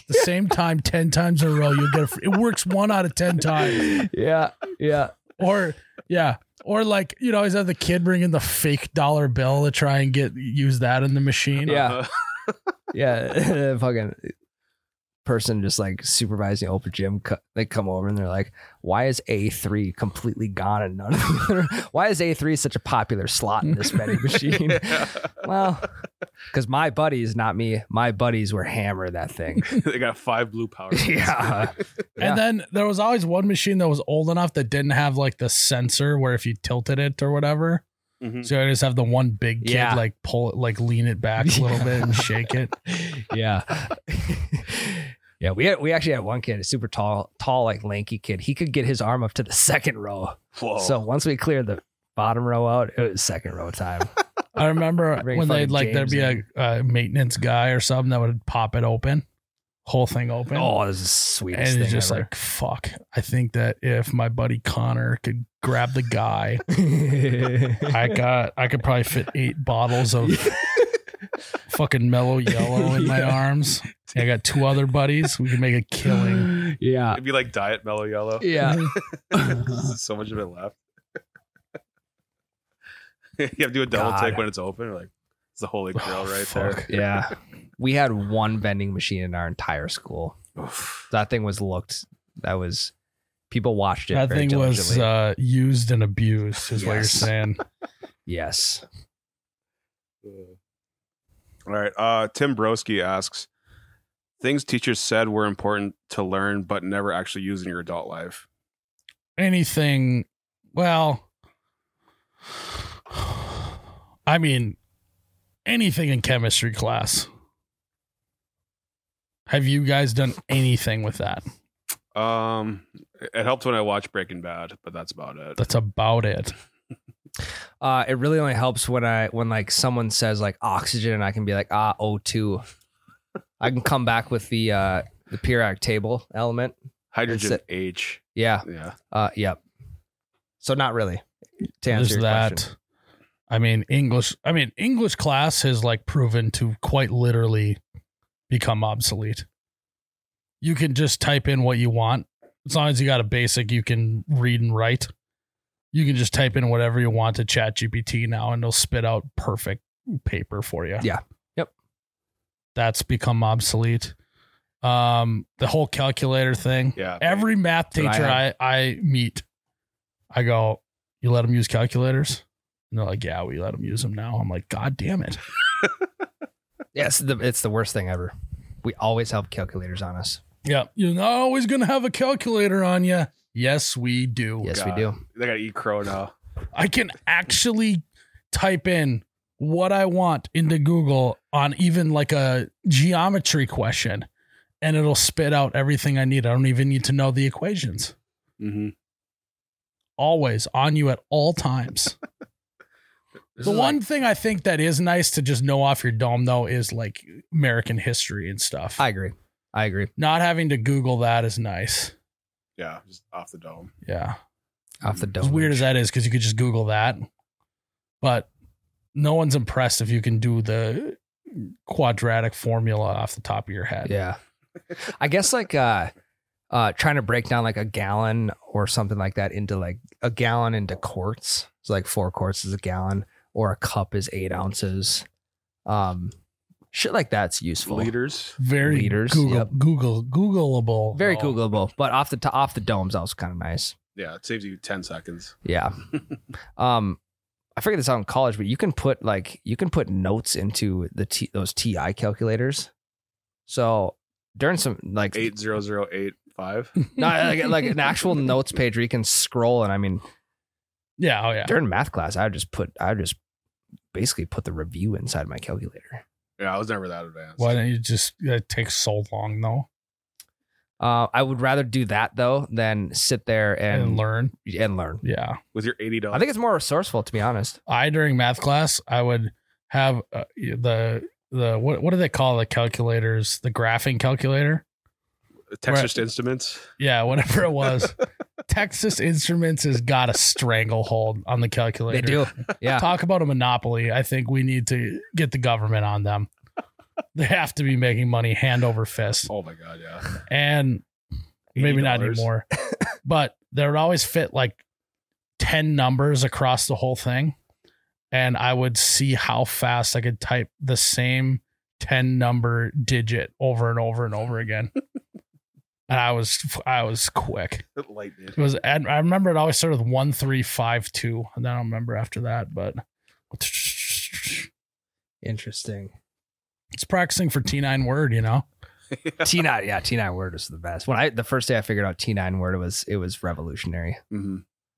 Speaker 1: the same time ten times in a row, you'll get a free. it works one out of ten times.
Speaker 2: yeah, yeah.
Speaker 1: Or yeah. Or like you'd always have the kid bring in the fake dollar bill to try and get use that in the machine.
Speaker 2: Yeah.
Speaker 3: Uh,
Speaker 2: yeah, fucking person just like supervising open gym. co- They come over and they're like, "Why is A three completely gone and none of the other? Why is A three such a popular slot in this vending machine?"
Speaker 3: yeah.
Speaker 2: Well, because my buddies, not me, my buddies were hammer that thing.
Speaker 3: Uh, they got five blue power. Rangers.
Speaker 2: yeah, Yeah.
Speaker 1: And then there was always one machine that was old enough that didn't have like the sensor where if you tilted it or whatever.
Speaker 3: Mhm.
Speaker 1: So I just have the one big kid
Speaker 2: Mm. Yeah.
Speaker 1: like pull it, like lean it back a little bit and shake it.
Speaker 2: yeah. Yeah, we had, we actually had one kid, a super tall, tall, like lanky kid. He could get his arm up to the second row.
Speaker 3: Mm-hmm.
Speaker 1: Oh.
Speaker 3: Whoa.
Speaker 2: So once we cleared the bottom row out, it was second row time.
Speaker 1: I remember
Speaker 2: Bring
Speaker 1: when they'd
Speaker 2: fucking
Speaker 1: like there'd be a,
Speaker 2: James
Speaker 1: a maintenance guy or something that would pop it open, whole thing open.
Speaker 2: Oh, this is the sweetest
Speaker 1: and
Speaker 2: thing
Speaker 1: it's just
Speaker 2: ever.
Speaker 1: like fuck. I think that if my buddy Connor could grab the guy, I got I could probably fit eight bottles of fucking mellow yellow in my
Speaker 2: Yeah.
Speaker 1: arms. And I got two other buddies. We could make a killing.
Speaker 2: Yeah.
Speaker 3: It'd be like diet mellow yellow.
Speaker 2: uh, Yeah.
Speaker 3: so much of it left. you have to do a double
Speaker 2: God.
Speaker 3: take when it's open. Like it's the holy grail
Speaker 1: Oh,
Speaker 3: right
Speaker 1: fuck.
Speaker 2: yeah. We had one vending machine in our entire school.
Speaker 3: there. Oof.
Speaker 2: That thing was looked that was people watched it.
Speaker 1: That
Speaker 2: very
Speaker 1: thing was
Speaker 2: diligently.
Speaker 1: uh, used and abused, is what you're
Speaker 2: Yes.
Speaker 1: saying.
Speaker 2: yes.
Speaker 3: All right. Uh, Tim Broski asks things teachers said were important to learn but never actually use in your adult life.
Speaker 1: anything well i mean anything in chemistry class have you guys done anything with that
Speaker 3: Um, it helped when I watched Breaking Bad, but that's about it.
Speaker 1: that's about it
Speaker 2: Uh it really only helps when I when like someone says like oxygen and I can be like ah O2. I can come back with the uh the periodic table element.
Speaker 3: Hydrogen
Speaker 2: That's
Speaker 3: H.
Speaker 2: Yeah.
Speaker 3: Yeah.
Speaker 2: Uh yep. So not really. To answer
Speaker 1: there's
Speaker 2: your
Speaker 1: that
Speaker 2: question.
Speaker 1: i mean english i mean english class has like proven to quite literally become obsolete you can just type in what you want as long as you got a basic you can read and write you can just type in whatever you want to chat gpt now and it'll spit out perfect paper for you
Speaker 2: Yeah. Yep.
Speaker 1: that's become obsolete um the whole calculator thing
Speaker 3: Yeah.
Speaker 1: Every math
Speaker 2: That I
Speaker 1: teacher I,
Speaker 2: have.
Speaker 1: I, meet, I go, you let them use calculators? And they're like, yeah, we let them use them now. I'm like, God damn it.
Speaker 2: Yes, the, it's the worst thing ever. We always have calculators on us.
Speaker 1: Yep. You're not always going to have a calculator on you. Yes, we do.
Speaker 2: Yes,
Speaker 3: God.
Speaker 2: we do.
Speaker 3: They gotta eat crow now.
Speaker 1: I can actually type in what I want into Google on even like a geometry question and it'll spit out everything I need. I don't even need to know the equations.
Speaker 3: Mm-hmm.
Speaker 1: Always on you at all times. the one thing I think that is nice to just know off your dome though is like American history and stuff.
Speaker 2: I agree. I agree.
Speaker 1: Not having to Google that is nice.
Speaker 3: yeah, just off the dome.
Speaker 1: Yeah.
Speaker 2: Off the dome.
Speaker 1: As weird as that is, because you could just Google that, but no one's impressed if you can do the quadratic formula off the top of your head.
Speaker 2: Yeah. I guess like uh uh trying to break down like a gallon or something like that into like a gallon into quarts. So like four quarts is a gallon or a cup is eight ounces. Um shit like that's useful.
Speaker 3: Leaders.
Speaker 1: Very
Speaker 2: Liters,
Speaker 1: Google,
Speaker 2: yep.
Speaker 1: Google, Googleable. Oh.
Speaker 2: Very
Speaker 1: though.
Speaker 2: Googleable, but off the to- off the domes that was kind of nice.
Speaker 3: Yeah, it saves you ten seconds.
Speaker 2: Yeah. um I figured this out in college, but you can put like you can put notes into the T- those TI calculators. So during some like
Speaker 3: Eight zero zero eight five.
Speaker 2: No, like, like an actual notes page where you can scroll. And I mean,
Speaker 1: Yeah. Oh yeah.
Speaker 2: during math class, I would just put, I would just basically put the review inside my calculator.
Speaker 3: Yeah, I was never that advanced.
Speaker 1: Why don't you just? It takes so long though,
Speaker 2: Uh, I would rather do that though than sit there
Speaker 1: and,
Speaker 2: and,
Speaker 1: learn.
Speaker 2: and learn.
Speaker 1: Yeah.
Speaker 3: With your eighty dollars.
Speaker 2: I think it's more resourceful, to be honest.
Speaker 1: I during math class, I would have uh, the the what what do they call the calculators? The graphing calculator.
Speaker 3: Texas instruments.
Speaker 1: Yeah, whatever it was. Texas Instruments has got a stranglehold on the calculator.
Speaker 2: They do. Yeah.
Speaker 1: Talk about a monopoly. I think we need to get the government on them. They have to be making money hand over fist.
Speaker 3: Oh my god, yeah.
Speaker 1: And maybe not
Speaker 3: $80.
Speaker 1: anymore. But there would always fit like 10 numbers across the whole thing. And I would see how fast I could type the same 10 number digit over and over and over again. and I was I was quick.
Speaker 3: Lightning.
Speaker 1: It was, and I remember it always started with one, three, five, two, and I don't remember after that. But it's
Speaker 2: Interesting.
Speaker 1: practicing for T nine word, you know.
Speaker 2: T9, yeah, T9 word is the best. When I, the first day I figured out T9 word, it was, it was revolutionary.
Speaker 3: hmm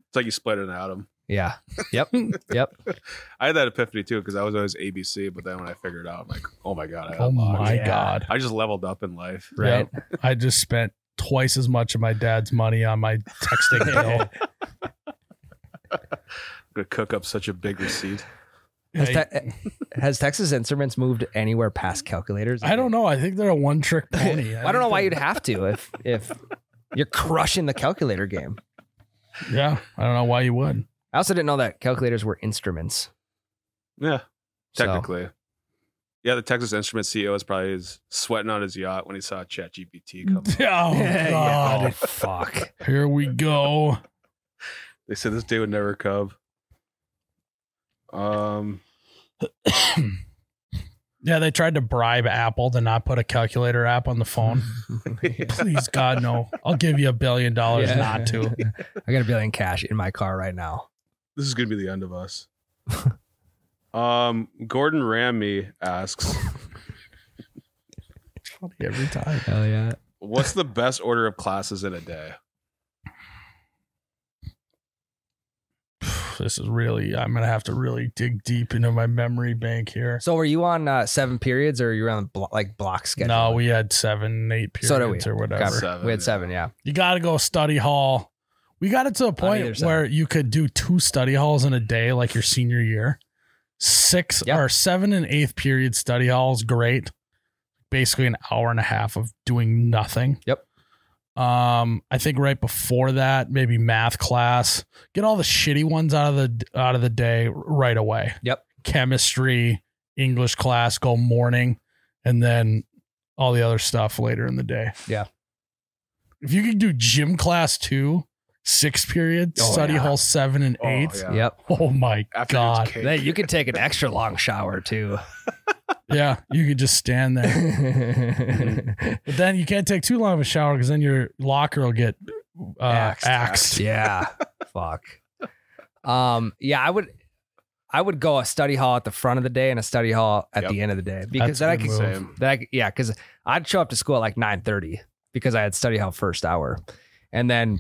Speaker 3: It's like you split an atom.
Speaker 2: Yeah. Yep. yep.
Speaker 3: I had that epiphany too because I was always ABC, but then when I figured it out, I'm like, oh my god, I
Speaker 1: Oh
Speaker 3: unlocked.
Speaker 1: my
Speaker 2: yeah.
Speaker 1: god!
Speaker 3: I just leveled up in life.
Speaker 2: Right.
Speaker 1: Yep. I just spent twice as much of my dad's money on my texting bill.
Speaker 3: Gonna cook up such a big receipt.
Speaker 2: Has,
Speaker 1: I,
Speaker 2: Te- has Texas Instruments moved anywhere past calculators?
Speaker 1: I don't know. I think they're a one trick pony.
Speaker 2: I don't know why
Speaker 1: think
Speaker 2: you'd have to if if you're crushing the calculator game.
Speaker 1: they- Yeah, I don't know why you would.
Speaker 2: I also didn't know that calculators were instruments.
Speaker 3: Yeah,
Speaker 2: So,
Speaker 3: technically. Yeah, the Texas Instrument CEO is probably is sweating on his yacht when he saw ChatGPT come.
Speaker 1: Oh
Speaker 3: up.
Speaker 2: Yeah,
Speaker 1: god!
Speaker 2: yeah, fuck.
Speaker 1: Here we go.
Speaker 3: They said this day would never come. Um,
Speaker 1: yeah, they tried to bribe Apple to not put a calculator app on the phone. Please, God, no. I'll give you a billion dollars
Speaker 2: Yeah.
Speaker 1: not to.
Speaker 2: I got a billion cash in my car right now.
Speaker 3: this is gonna be the end of us. um, Gordon Ramsay asks,
Speaker 1: Every time.
Speaker 2: Hell yeah.
Speaker 3: "What's the best order of classes in a day?"
Speaker 1: This is really, I'm going to have to really dig deep into my memory bank here.
Speaker 2: So were you on uh, seven periods or you were on the blo- like block schedule?
Speaker 1: No, we had seven, eight
Speaker 2: So did we.
Speaker 1: periods or
Speaker 2: Got
Speaker 1: whatever.
Speaker 2: it.
Speaker 3: Seven,
Speaker 2: we had
Speaker 3: yeah.
Speaker 2: seven, yeah.
Speaker 1: You got to go study hall. We got it to a
Speaker 2: either
Speaker 1: point
Speaker 2: side.
Speaker 1: where you could do two study halls in a day, like your senior year. Six
Speaker 2: Yeah.
Speaker 1: or seven and eighth period study halls, great. Basically, an hour and a half of doing nothing.
Speaker 2: Yep.
Speaker 1: Um, I think right before that, maybe math class. Get all the shitty ones out of the out of the day right away.
Speaker 2: Yep.
Speaker 1: Chemistry, English class, go morning, and then all the other stuff later in the day.
Speaker 2: Yeah.
Speaker 1: If you could do gym class two, six period,
Speaker 2: Oh,
Speaker 1: study
Speaker 2: yeah.
Speaker 1: hall seven and
Speaker 3: Oh,
Speaker 1: eight.
Speaker 3: yeah.
Speaker 2: Yep.
Speaker 1: Oh my
Speaker 3: Afternoon's
Speaker 1: god.
Speaker 3: cake.
Speaker 2: Then you could take an extra long shower too.
Speaker 1: Yeah. You could just stand there.
Speaker 2: yeah.
Speaker 1: But then you can't take too long of a shower because then your locker will get uh,
Speaker 2: Axed.
Speaker 1: axed.
Speaker 2: Fuck. Um, yeah, I would I would go a study hall at the front of the day and a study hall at
Speaker 3: Yep.
Speaker 2: the end of the day
Speaker 1: That's
Speaker 2: because then
Speaker 1: a
Speaker 2: I
Speaker 1: good
Speaker 2: could
Speaker 1: move.
Speaker 3: Same.
Speaker 2: That I, yeah, because I'd show up to school at like nine thirty because I had study hall first hour. And then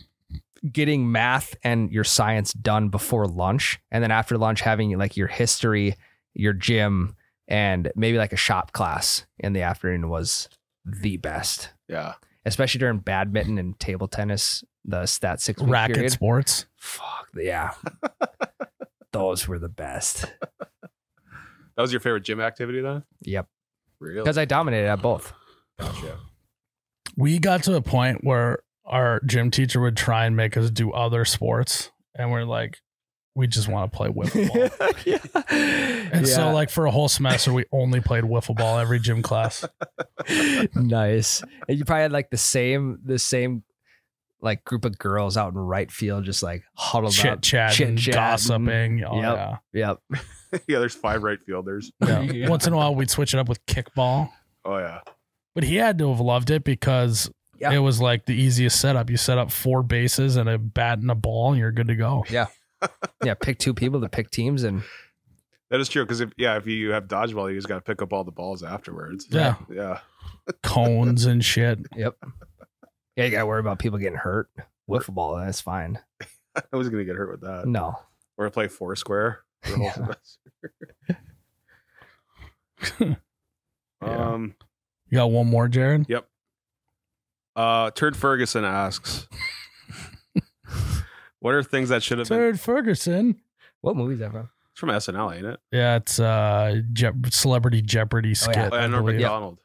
Speaker 2: getting math and your science done before lunch. And then after lunch, having like your history, your gym, and maybe like a shop class in the afternoon was the best,
Speaker 3: Yeah.
Speaker 2: especially during badminton and table tennis, the stat six week
Speaker 1: Racket
Speaker 2: period.
Speaker 1: sports.
Speaker 2: Fuck yeah. Those were the best.
Speaker 3: That was your favorite gym activity then?
Speaker 2: Yep.
Speaker 3: Really?
Speaker 2: Because I dominated at both.
Speaker 3: Gotcha.
Speaker 1: we got to a point where our gym teacher would try and make us do other sports and we're like we just want to play wiffle ball
Speaker 2: yeah.
Speaker 1: and so like for a whole semester we only played wiffle ball every gym class
Speaker 2: nice. And you probably had like the same, the same like group of girls out in right field, just like huddled
Speaker 1: chit
Speaker 2: up.
Speaker 1: chat and
Speaker 2: Chit-chatting.
Speaker 1: gossiping oh,
Speaker 2: Yep. Yep.
Speaker 3: yeah, there's five right fielders.
Speaker 1: yeah. yeah once in a while we'd switch it up with kickball
Speaker 3: Oh yeah.
Speaker 1: but he had to have loved it because
Speaker 2: Yeah.
Speaker 1: it was like the easiest setup you set up four bases and a bat and a ball and you're good to go
Speaker 2: Yeah. Pick two people to pick teams and
Speaker 3: That is true because if yeah, if you have dodgeball, you just got to pick up all the balls afterwards.
Speaker 1: yeah
Speaker 3: Yeah.
Speaker 1: cones and shit
Speaker 2: yeah, you gotta worry about people getting hurt. Wiffle ball, that's fine.
Speaker 3: I was gonna get hurt with
Speaker 1: Mm.
Speaker 3: that.
Speaker 2: No.
Speaker 3: We're gonna play foursquare. for the whole
Speaker 2: Yeah.
Speaker 3: semester.
Speaker 2: Yeah.
Speaker 3: Um.
Speaker 1: you got one more jared
Speaker 3: Uh. Turd Ferguson asks, "What are things that should have been?"
Speaker 1: third ferguson
Speaker 2: What movie is that from?
Speaker 3: It's from SNL, ain't it?
Speaker 1: Yeah, it's uh Je- celebrity Jeopardy
Speaker 2: Oh,
Speaker 1: skit.
Speaker 2: yeah.
Speaker 1: yeah.
Speaker 3: Oh,
Speaker 1: I
Speaker 3: yeah, Norm
Speaker 1: believe.
Speaker 3: Macdonald.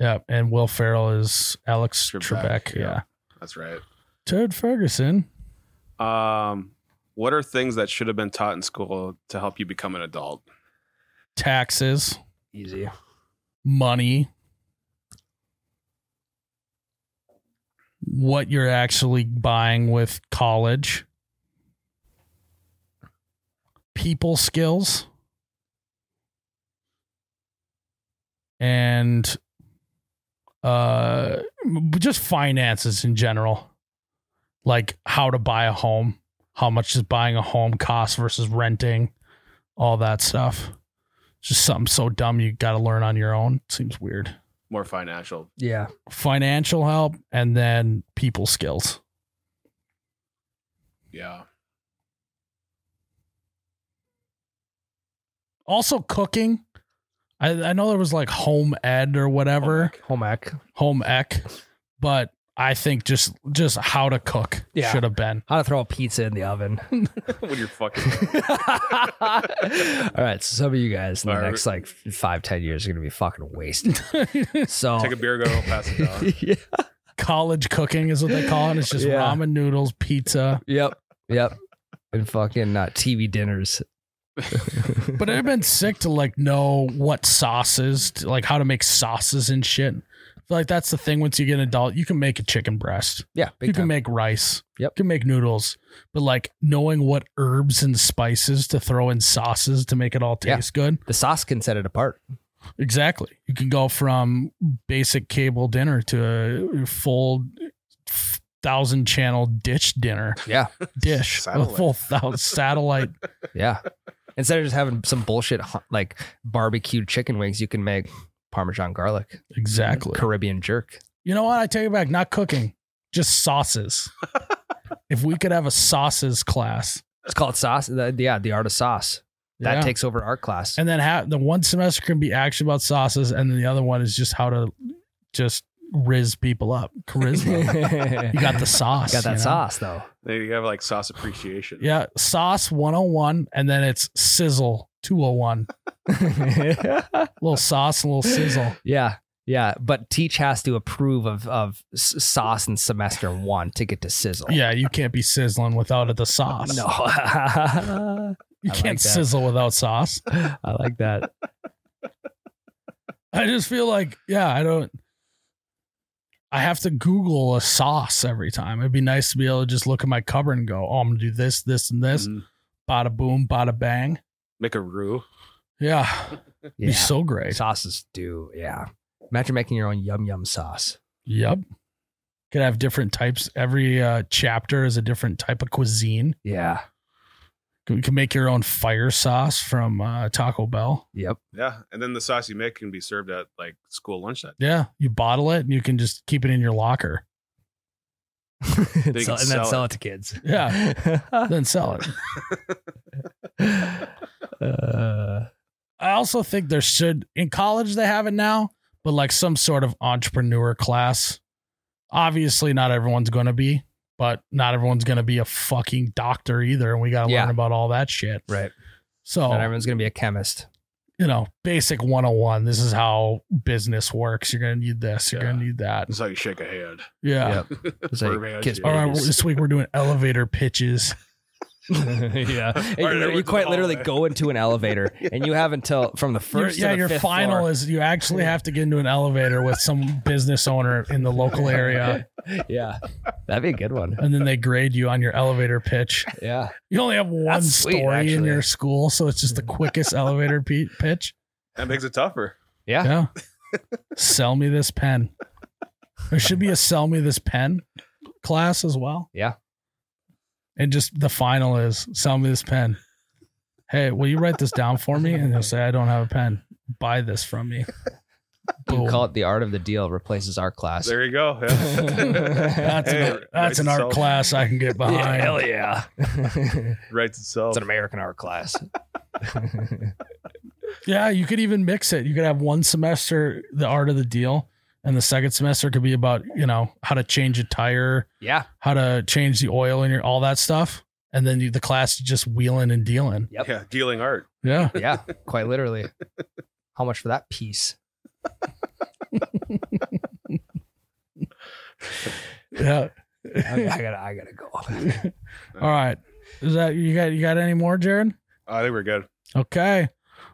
Speaker 1: Yeah, and Will Ferrell is Alex Trebek.
Speaker 3: Trebek,
Speaker 1: yeah.
Speaker 3: yeah. That's right.
Speaker 1: Ted Ferguson.
Speaker 3: Um. What are things that should have been taught in school to help you become an adult?
Speaker 1: Taxes,
Speaker 2: Easy.
Speaker 1: money, what you're actually buying with college, people skills, and uh, just finances in general, like how to buy a home, how much does buying a home cost versus renting, all that stuff just something so dumb you got to learn on your own. Seems weird.
Speaker 3: More financial.
Speaker 2: Yeah.
Speaker 1: Financial help and then people skills.
Speaker 3: Yeah.
Speaker 1: Also cooking. I, I know there was like home ed or whatever,
Speaker 2: Home ec.
Speaker 1: home ec, but I think just just how to cook
Speaker 2: Yeah.
Speaker 1: should have been.
Speaker 2: How to throw a pizza in the oven.
Speaker 3: when you're fucking.
Speaker 2: All right, so some of you guys in the
Speaker 3: All right.
Speaker 2: next like five, ten years are gonna be fucking wasted. So
Speaker 3: Take a beer, go pass it down.
Speaker 2: yeah.
Speaker 1: College cooking is what they call it. It's just
Speaker 2: Yeah.
Speaker 1: ramen noodles, pizza.
Speaker 2: Yep. Yep. And fucking uh, TV dinners.
Speaker 1: But it'd have been sick to like know what sauces, to, like how to make sauces and shit. I feel like that's the thing. Once you get an adult, you can make a chicken breast.
Speaker 2: Yeah, big
Speaker 1: you
Speaker 2: time.
Speaker 1: can make rice.
Speaker 2: Yep.
Speaker 1: You can make noodles. But like knowing what herbs and spices to throw in sauces to make it all
Speaker 2: Yeah.
Speaker 1: taste good.
Speaker 2: the sauce can set it apart.
Speaker 1: Exactly. You can go from basic cable dinner to a full thousand channel dish dinner.
Speaker 2: Yeah.
Speaker 1: Dish. A
Speaker 3: Satellite.
Speaker 1: full thousand satellite.
Speaker 2: Yeah. Instead of just having some bullshit hu- like barbecued chicken wings, you can make Parmesan garlic,
Speaker 1: Exactly.
Speaker 2: Caribbean jerk.
Speaker 1: You know what? I take it back. Not cooking, just sauces. if we could have a sauces class.
Speaker 2: It's called sauce. The, yeah, the art of sauce. That
Speaker 1: Yeah.
Speaker 2: takes over art class.
Speaker 1: and then ha- the one semester can be actually about sauces, and then the other one is just how to just riz people up, charisma. you got the sauce.
Speaker 2: got that
Speaker 1: you know?
Speaker 2: sauce though.
Speaker 3: They have like sauce appreciation.
Speaker 1: Yeah, sauce 101, and then it's sizzle 201. little sauce and a little sizzle.
Speaker 2: yeah. Yeah, but teach has to approve of of s- sauce in semester one to get to sizzle.
Speaker 1: Yeah, you can't be sizzling without it, the sauce.
Speaker 2: no, I
Speaker 1: you
Speaker 2: I
Speaker 1: can't
Speaker 2: like that.
Speaker 1: sizzle without sauce.
Speaker 2: like that.
Speaker 1: I just feel like, yeah, I don't. I have to Google a sauce every time. It'd be nice to be able to just look at my cupboard and go, "Oh, I'm gonna do this, this, and
Speaker 2: Mm.
Speaker 1: this."
Speaker 3: Mhm.
Speaker 1: Bada boom, bada bang.
Speaker 3: Make a roux.
Speaker 1: Yeah.
Speaker 2: Yeah.
Speaker 1: Be so great.
Speaker 2: Sauces do, yeah. Imagine making your own yum yum sauce.
Speaker 1: Yep. Could have different types. Every uh, chapter is a different type of cuisine.
Speaker 2: Yeah.
Speaker 1: You can make your own fire sauce from uh, Taco Bell.
Speaker 2: Yep.
Speaker 3: Yeah. And then the sauce you make can be served at like school lunch that
Speaker 1: Yeah. You bottle it and you can just keep it in your locker.
Speaker 2: and,
Speaker 3: They
Speaker 2: sell,
Speaker 3: can
Speaker 2: and then
Speaker 3: sell
Speaker 2: sell it to kids.
Speaker 1: Yeah, then sell it.
Speaker 2: Uh,
Speaker 1: I also think there should in college they have it now, but like some sort of entrepreneur class. Obviously, not everyone's going to be, but not everyone's going to be a fucking doctor either, and we got to
Speaker 2: Yeah.
Speaker 1: learn about all that shit.
Speaker 2: right.
Speaker 1: So
Speaker 2: Not everyone's going to be a chemist.
Speaker 1: you know, basic 101. This is how business works. You're going to need this. You're
Speaker 3: Yeah.
Speaker 1: going to need that.
Speaker 3: It's like shake a hand.
Speaker 1: Yeah.
Speaker 2: Yep. It's like
Speaker 3: Birdman,
Speaker 2: kids'
Speaker 1: All right.
Speaker 3: Yes.
Speaker 1: well, this week we're doing elevator pitches.
Speaker 2: yeah. And
Speaker 3: Or
Speaker 2: you-
Speaker 3: they
Speaker 2: you
Speaker 3: went to
Speaker 2: quite
Speaker 3: the
Speaker 2: literally
Speaker 3: hallway.
Speaker 2: go into an elevator and you have until from
Speaker 1: Your-
Speaker 2: the first.
Speaker 1: yeah,
Speaker 2: to the
Speaker 1: your
Speaker 2: fifth
Speaker 1: final
Speaker 2: floor.
Speaker 1: is you actually have to get into an elevator with some business owner in the local area,
Speaker 2: yeah. That'd be a good one.
Speaker 1: and then they grade you on your elevator pitch.
Speaker 2: Yeah.
Speaker 1: You only have one
Speaker 2: That's sweet,
Speaker 1: story in
Speaker 2: actually.
Speaker 1: your school, so it's just the quickest elevator pe- pitch.
Speaker 3: That makes it tougher.
Speaker 2: Yeah.
Speaker 1: Yeah. sell me this pen. There should be a sell me this pen class as well.
Speaker 2: Yeah.
Speaker 1: And just the final is sell me this pen. Hey, will you write this down for me? And they'll say, I don't have a pen. Buy this from me.
Speaker 2: You
Speaker 1: Boom.
Speaker 2: call it the art of the deal replaces our class.
Speaker 3: There you go. Yeah.
Speaker 1: That's
Speaker 3: Hey,
Speaker 1: an, that's an art
Speaker 3: writes
Speaker 1: class I can get
Speaker 2: yeah,
Speaker 1: behind.
Speaker 2: hell yeah. it's
Speaker 3: itself- Writes itself.
Speaker 2: an American art class.
Speaker 1: Yeah, you could even mix it. You could have one semester the art of the deal, and the second semester could be about, you know, how to change a tire,
Speaker 2: yeah.
Speaker 1: how to change the oil in your all that stuff. And then you, the class is just wheeling and dealing.
Speaker 2: Yep.
Speaker 3: Yeah, dealing art.
Speaker 1: Yeah.
Speaker 2: Yeah. Quite literally. How much for that piece?
Speaker 1: Yeah.
Speaker 2: I, I gotta I gotta go.
Speaker 1: All right. Is that you got you got any more, Jared?
Speaker 3: I think Ah, we're good.
Speaker 1: Okay.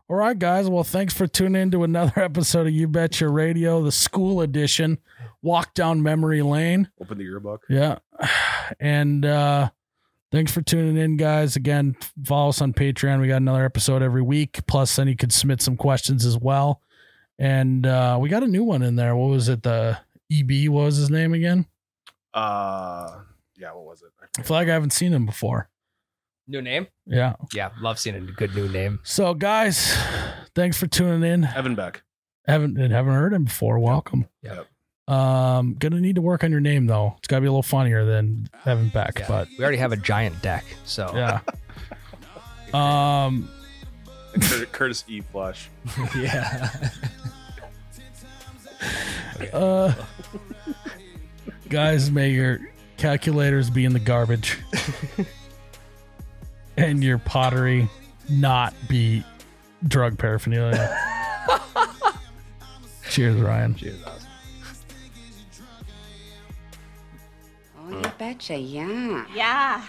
Speaker 1: All right, guys. Well, thanks for tuning in to another episode of You Bet Your Radio, the school edition. Walk down memory lane.
Speaker 3: Open the yearbook.
Speaker 1: Yeah. And uh thanks for tuning in, guys. Again, follow us on Patreon. We got another episode every week. Plus, then you could submit some questions as well. And uh we got a new one in there. What was it? The EB, what was his name again?
Speaker 3: Uh, yeah. What was it?
Speaker 1: I feel like I haven't seen him before.
Speaker 2: New name?
Speaker 1: Yeah.
Speaker 2: Yeah, love seeing a good new name.
Speaker 1: So guys, thanks for tuning in.
Speaker 3: Evan Beck.
Speaker 1: Haven't and haven't heard him before. Welcome.
Speaker 2: Yep.
Speaker 1: Um, gonna need to work on your name though. It's gotta be a little funnier than Evan Beck,
Speaker 2: Yeah.
Speaker 1: but
Speaker 2: We already have a giant deck, so
Speaker 1: yeah. um
Speaker 3: And Cur- Curtis E. Flush.
Speaker 2: yeah.
Speaker 1: uh guys, may your calculators be in the garbage. and your pottery not be drug paraphernalia. Cheers, Ryan.
Speaker 2: Cheers, Oz.
Speaker 4: Oh, you betcha, yeah.
Speaker 5: Yeah.